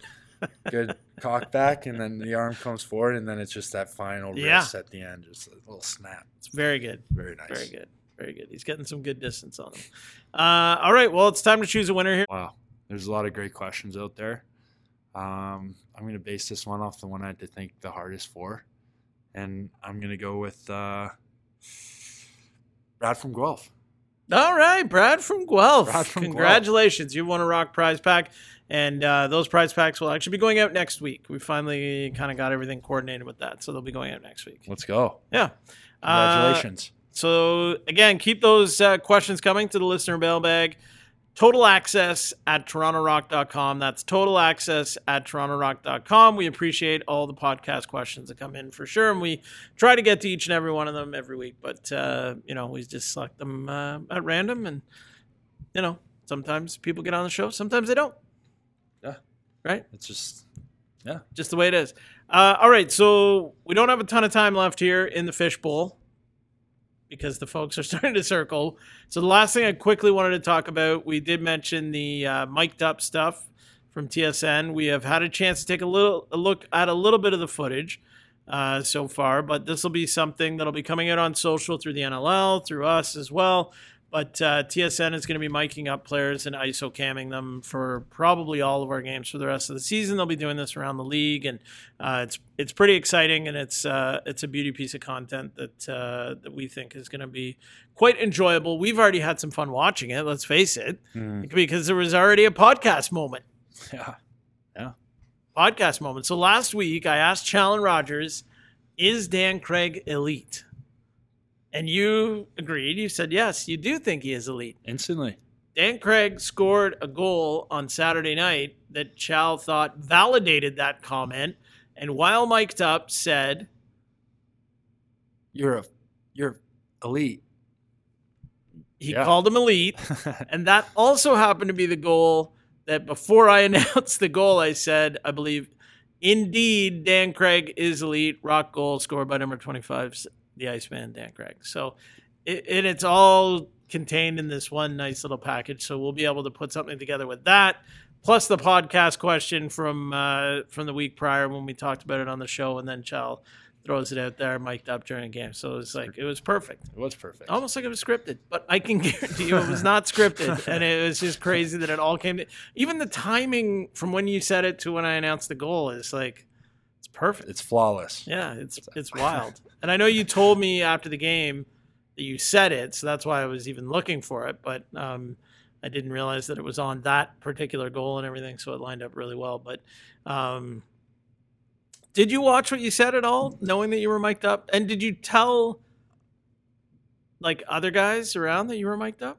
Speaker 3: good cock back, and then the arm comes forward, and then it's just that final
Speaker 2: Yeah.
Speaker 3: wrist at the end, just a little snap.
Speaker 2: It's very good.
Speaker 3: Very nice.
Speaker 2: Very good. Very good. He's getting some good distance on them. Uh, all right. Well, it's time to choose a winner here.
Speaker 3: Wow. There's a lot of great questions out there. Um, I'm going to base this one off the one I had to think the hardest for. And I'm going to go with uh, Brad from Guelph.
Speaker 2: All right, Brad from Guelph.
Speaker 3: Brad from Guelph.
Speaker 2: Congratulations. You won a rock prize pack. And uh, those prize packs will actually be going out next week. We finally kind of got everything coordinated with that. So they'll be going out next week.
Speaker 3: Let's go.
Speaker 2: Yeah. Uh,
Speaker 3: Congratulations.
Speaker 2: So again, keep those uh, questions coming to the listener mailbag. Total access at torontorock.com. That's total access at torontorock.com. We appreciate all the podcast questions that come in for sure. And we try to get to each and every one of them every week. But, uh, you know, we just select them uh, at random. And, you know, sometimes people get on the show, sometimes they don't.
Speaker 3: Yeah.
Speaker 2: Right?
Speaker 3: it's just
Speaker 2: Just the way it is. Uh, all right. So we don't have a ton of time left here in the fishbowl because the folks are starting to circle. So the last thing I quickly wanted to talk about, we did mention the uh, mic'd up stuff from TSN. We have had a chance to take a little a look at a little bit of the footage uh, so far, but this will be something that'll be coming out on social through the NLL, through us as well. But uh, TSN is going to be miking up players and ISO camming them for probably all of our games for the rest of the season. They'll be doing this around the league, and uh, it's it's pretty exciting, and it's uh, it's a beauty piece of content that uh, that we think is going to be quite enjoyable. We've already had some fun watching it. Let's face it, because there was already a podcast moment.
Speaker 3: yeah.
Speaker 2: Podcast moment. So last week I asked Challen Rogers, "Is Dan Craig elite?" And you agreed. You said yes. You do think he is elite.
Speaker 3: Instantly.
Speaker 2: Dan Craig scored a goal on Saturday night that Chow thought validated that comment, and while mic'd up, said,
Speaker 3: You're a you're elite.
Speaker 2: He
Speaker 3: Yeah.
Speaker 2: called him elite. and that also happened to be the goal that before I announced the goal, I said, I believe, indeed, Dan Craig is elite. Rock goal scored by number 25, the Iceman, Dan Craig. So it, and it's all contained in this one nice little package. So we'll be able to put something together with that. Plus the podcast question from uh, from the week prior when we talked about it on the show, and then Chal throws it out there, mic'd up during a game. So it was like it was perfect.
Speaker 3: it was perfect.
Speaker 2: Almost like it was scripted, but I can guarantee you it was not scripted, and it was just crazy that it all came. To, even the timing from when you said it to when I announced the goal is like it's perfect.
Speaker 3: It's flawless.
Speaker 2: Yeah, it's it's wild. And I know you told me after the game that you said it, so that's why I was even looking for it. But um, I didn't realize that it was on that particular goal and everything, so it lined up really well. But um, did you watch what you said at all, knowing that you were mic'd up? And did you tell like other guys around that you were mic'd up,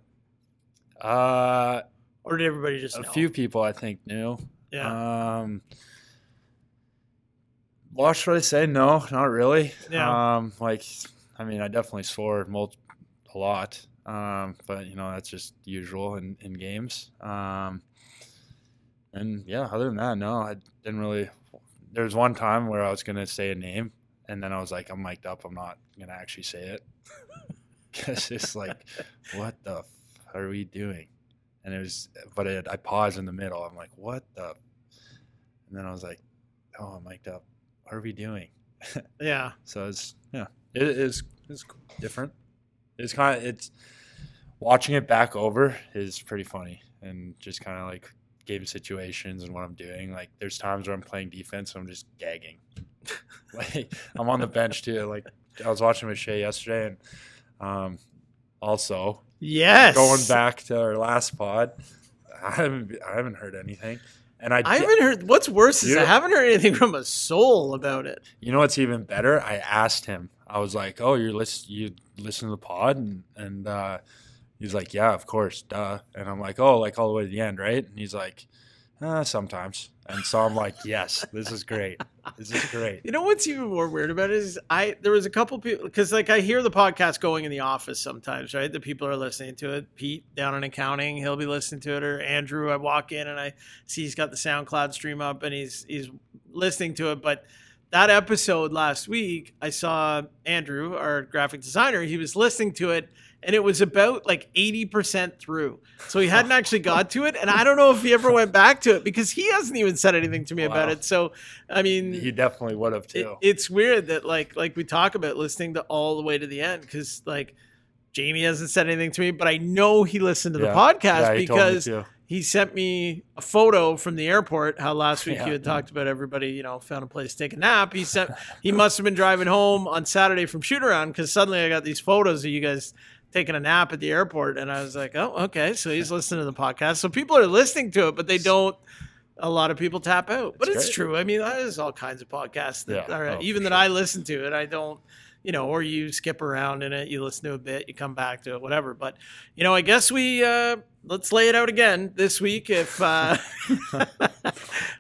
Speaker 3: Uh,
Speaker 2: or did everybody just
Speaker 3: a
Speaker 2: know?
Speaker 3: few people I think knew.
Speaker 2: Yeah,
Speaker 3: Um, what should I say? No, not really.
Speaker 2: Yeah.
Speaker 3: Um, like, I mean, I definitely swore mul- a lot, um, but you know that's just usual in, in games. Um, and yeah, other than that, no, I didn't really. There was one time where I was gonna say a name, and then I was like, I'm mic'd up. I'm not gonna actually say it. Cause it's like, what the f- are we doing? And it was, but it, I paused in the middle. I'm like, what the? And then I was like, oh, I'm mic'd up. What are we doing?
Speaker 2: yeah,
Speaker 3: So it's yeah, it is it's different. It's kind of it's watching it back over is pretty funny and just kind of like game situations and what I'm doing. Like there's times where I'm playing defense and I'm just gagging. like I'm on the bench too. Like I was watching with Shea yesterday and um, also
Speaker 2: yes.
Speaker 3: going back to our last pod, I haven't I haven't heard anything. And I,
Speaker 2: I
Speaker 3: di-
Speaker 2: haven't heard. What's worse is I
Speaker 3: Yeah.
Speaker 2: haven't heard anything from a soul about it.
Speaker 3: You know what's even better? I asked him. I was like, "Oh, you're listen you listen to the pod?" And, and uh, he's like, "Yeah, of course, duh." And I'm like, "Oh, like all the way to the end, right?" And he's like, uh, "Sometimes." And so I'm like, "Yes, this is great. This is great."
Speaker 2: You know what's even more weird about it is I there was a couple people because like I hear the podcast going in the office sometimes, right? The people are listening to it. Pete down in accounting, he'll be listening to it, or Andrew. I walk in and I see he's got the SoundCloud stream up and he's he's listening to it. But that episode last week, I saw Andrew, our graphic designer, he was listening to it and it was about like 80% through. So he hadn't actually got to it. And I don't know if he ever went back to it because he hasn't even said anything to me about
Speaker 3: Wow.
Speaker 2: it. So I mean
Speaker 3: He definitely would have
Speaker 2: it,
Speaker 3: too.
Speaker 2: it's weird that like like we talk about listening to all the way to the end because like Jamie hasn't said anything to me, but I know he listened to the
Speaker 3: Yeah.
Speaker 2: podcast
Speaker 3: Yeah, he told me
Speaker 2: because
Speaker 3: to.
Speaker 2: he sent me a photo from the airport. How last week
Speaker 3: Yeah.
Speaker 2: you had talked about everybody, you know, found a place to take a nap. He sent. He must have been driving home on Saturday from shoot around because suddenly I got these photos of you guys taking a nap at the airport, and I was like, oh, okay, so he's listening to the podcast. So people are listening to it, but they don't. A lot of people tap out, but it's
Speaker 3: That's great.
Speaker 2: true. I mean, there's all kinds of podcasts that
Speaker 3: Yeah.
Speaker 2: are
Speaker 3: Oh, for
Speaker 2: even that I listen to, and I don't. You know, or you skip around in it, you listen to a bit, you come back to it, whatever. But you know, I guess we uh, let's lay it out again this week. If uh,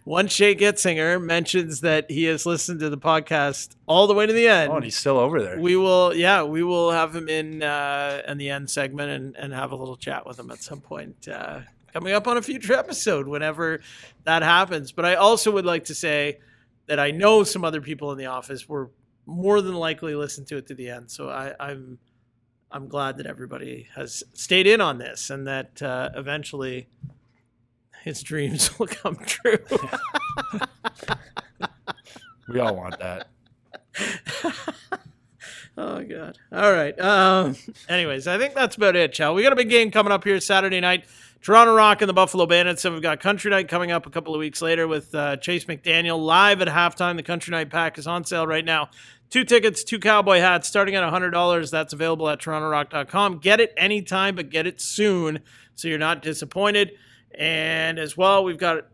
Speaker 2: one Shay Getzinger mentions that he has listened to the podcast all the way to the end,
Speaker 3: Oh, and he's still over there.
Speaker 2: we will, yeah, we will have him in uh, in the end segment and, and have a little chat with him at some point. Uh, coming up on a future episode whenever that happens. But I also would like to say that I know some other people in the office were more than likely listen to it to the end. So I, I'm I'm glad that everybody has stayed in on this and that uh, eventually his dreams will come true.
Speaker 3: we all want that.
Speaker 2: Oh god. All right. Um anyways, I think that's about it, Chow. We got a big game coming up here Saturday night. Toronto Rock and the Buffalo Bandits, and we've got Country Night coming up a couple of weeks later with uh, Chase McDaniel live at halftime. The Country Night pack is on sale right now. Two tickets, two cowboy hats, starting at $100. That's available at torontorock.com. Get it anytime, but get it soon so you're not disappointed. And as well, we've got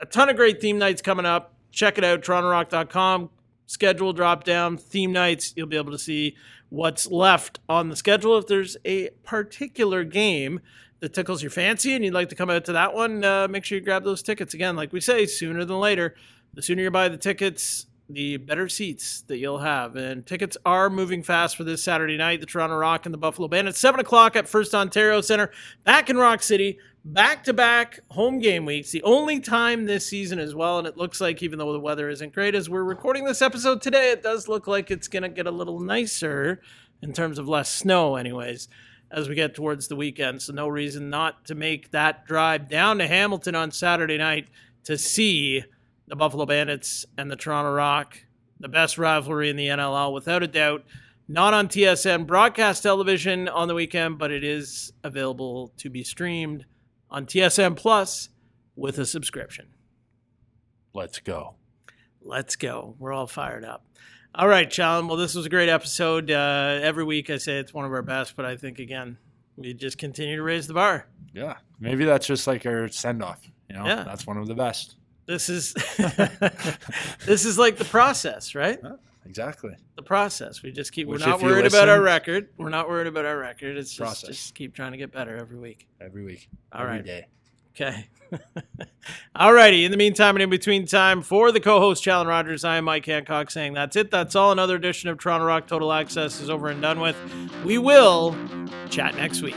Speaker 2: a ton of great theme nights coming up. Check it out, torontorock.com. Schedule drop down, theme nights. You'll be able to see what's left on the schedule. If there's a particular game that tickles your fancy and you'd like to come out to that one, uh, make sure you grab those tickets. Again, like we say, sooner than later. The sooner you buy the tickets, the better seats that you'll have. And tickets are moving fast for this Saturday night. The Toronto Rock and the Buffalo Bandits, 7 o'clock at First Ontario Center, back in Rock City, back to back home game weeks. The only time this season as well. And it looks like, even though the weather isn't great, as we're recording this episode today, it does look like it's going to get a little nicer in terms of less snow, anyways as we get towards the weekend. So no reason not to make that drive down to Hamilton on Saturday night to see the Buffalo Bandits and the Toronto Rock, the best rivalry in the NLL without a doubt. Not on TSN broadcast television on the weekend, but it is available to be streamed on TSN Plus with a subscription.
Speaker 3: Let's go.
Speaker 2: Let's go. We're all fired up. All right, Challen. Well, this was a great episode. Uh, every week I say it's one of our best, but I think, again, we just continue to raise the bar.
Speaker 3: Yeah. Maybe that's just like our send off. You know,
Speaker 2: Yeah.
Speaker 3: that's one of the best.
Speaker 2: This is this is like the process, right?
Speaker 3: Exactly.
Speaker 2: The process. We just keep.
Speaker 3: Which
Speaker 2: we're not
Speaker 3: if you
Speaker 2: worried about our
Speaker 3: listen-
Speaker 2: record. We're not worried about our record. It's just,
Speaker 3: Process.
Speaker 2: just keep trying to get better every week.
Speaker 3: Every week.
Speaker 2: All
Speaker 3: All right.
Speaker 2: right. Okay. all righty. In the meantime and in between time, for the co host, Challen Rogers, I am Mike Hancock saying that's it. That's all. Another edition of Toronto Rock Total Access is over and done with. We will chat next week.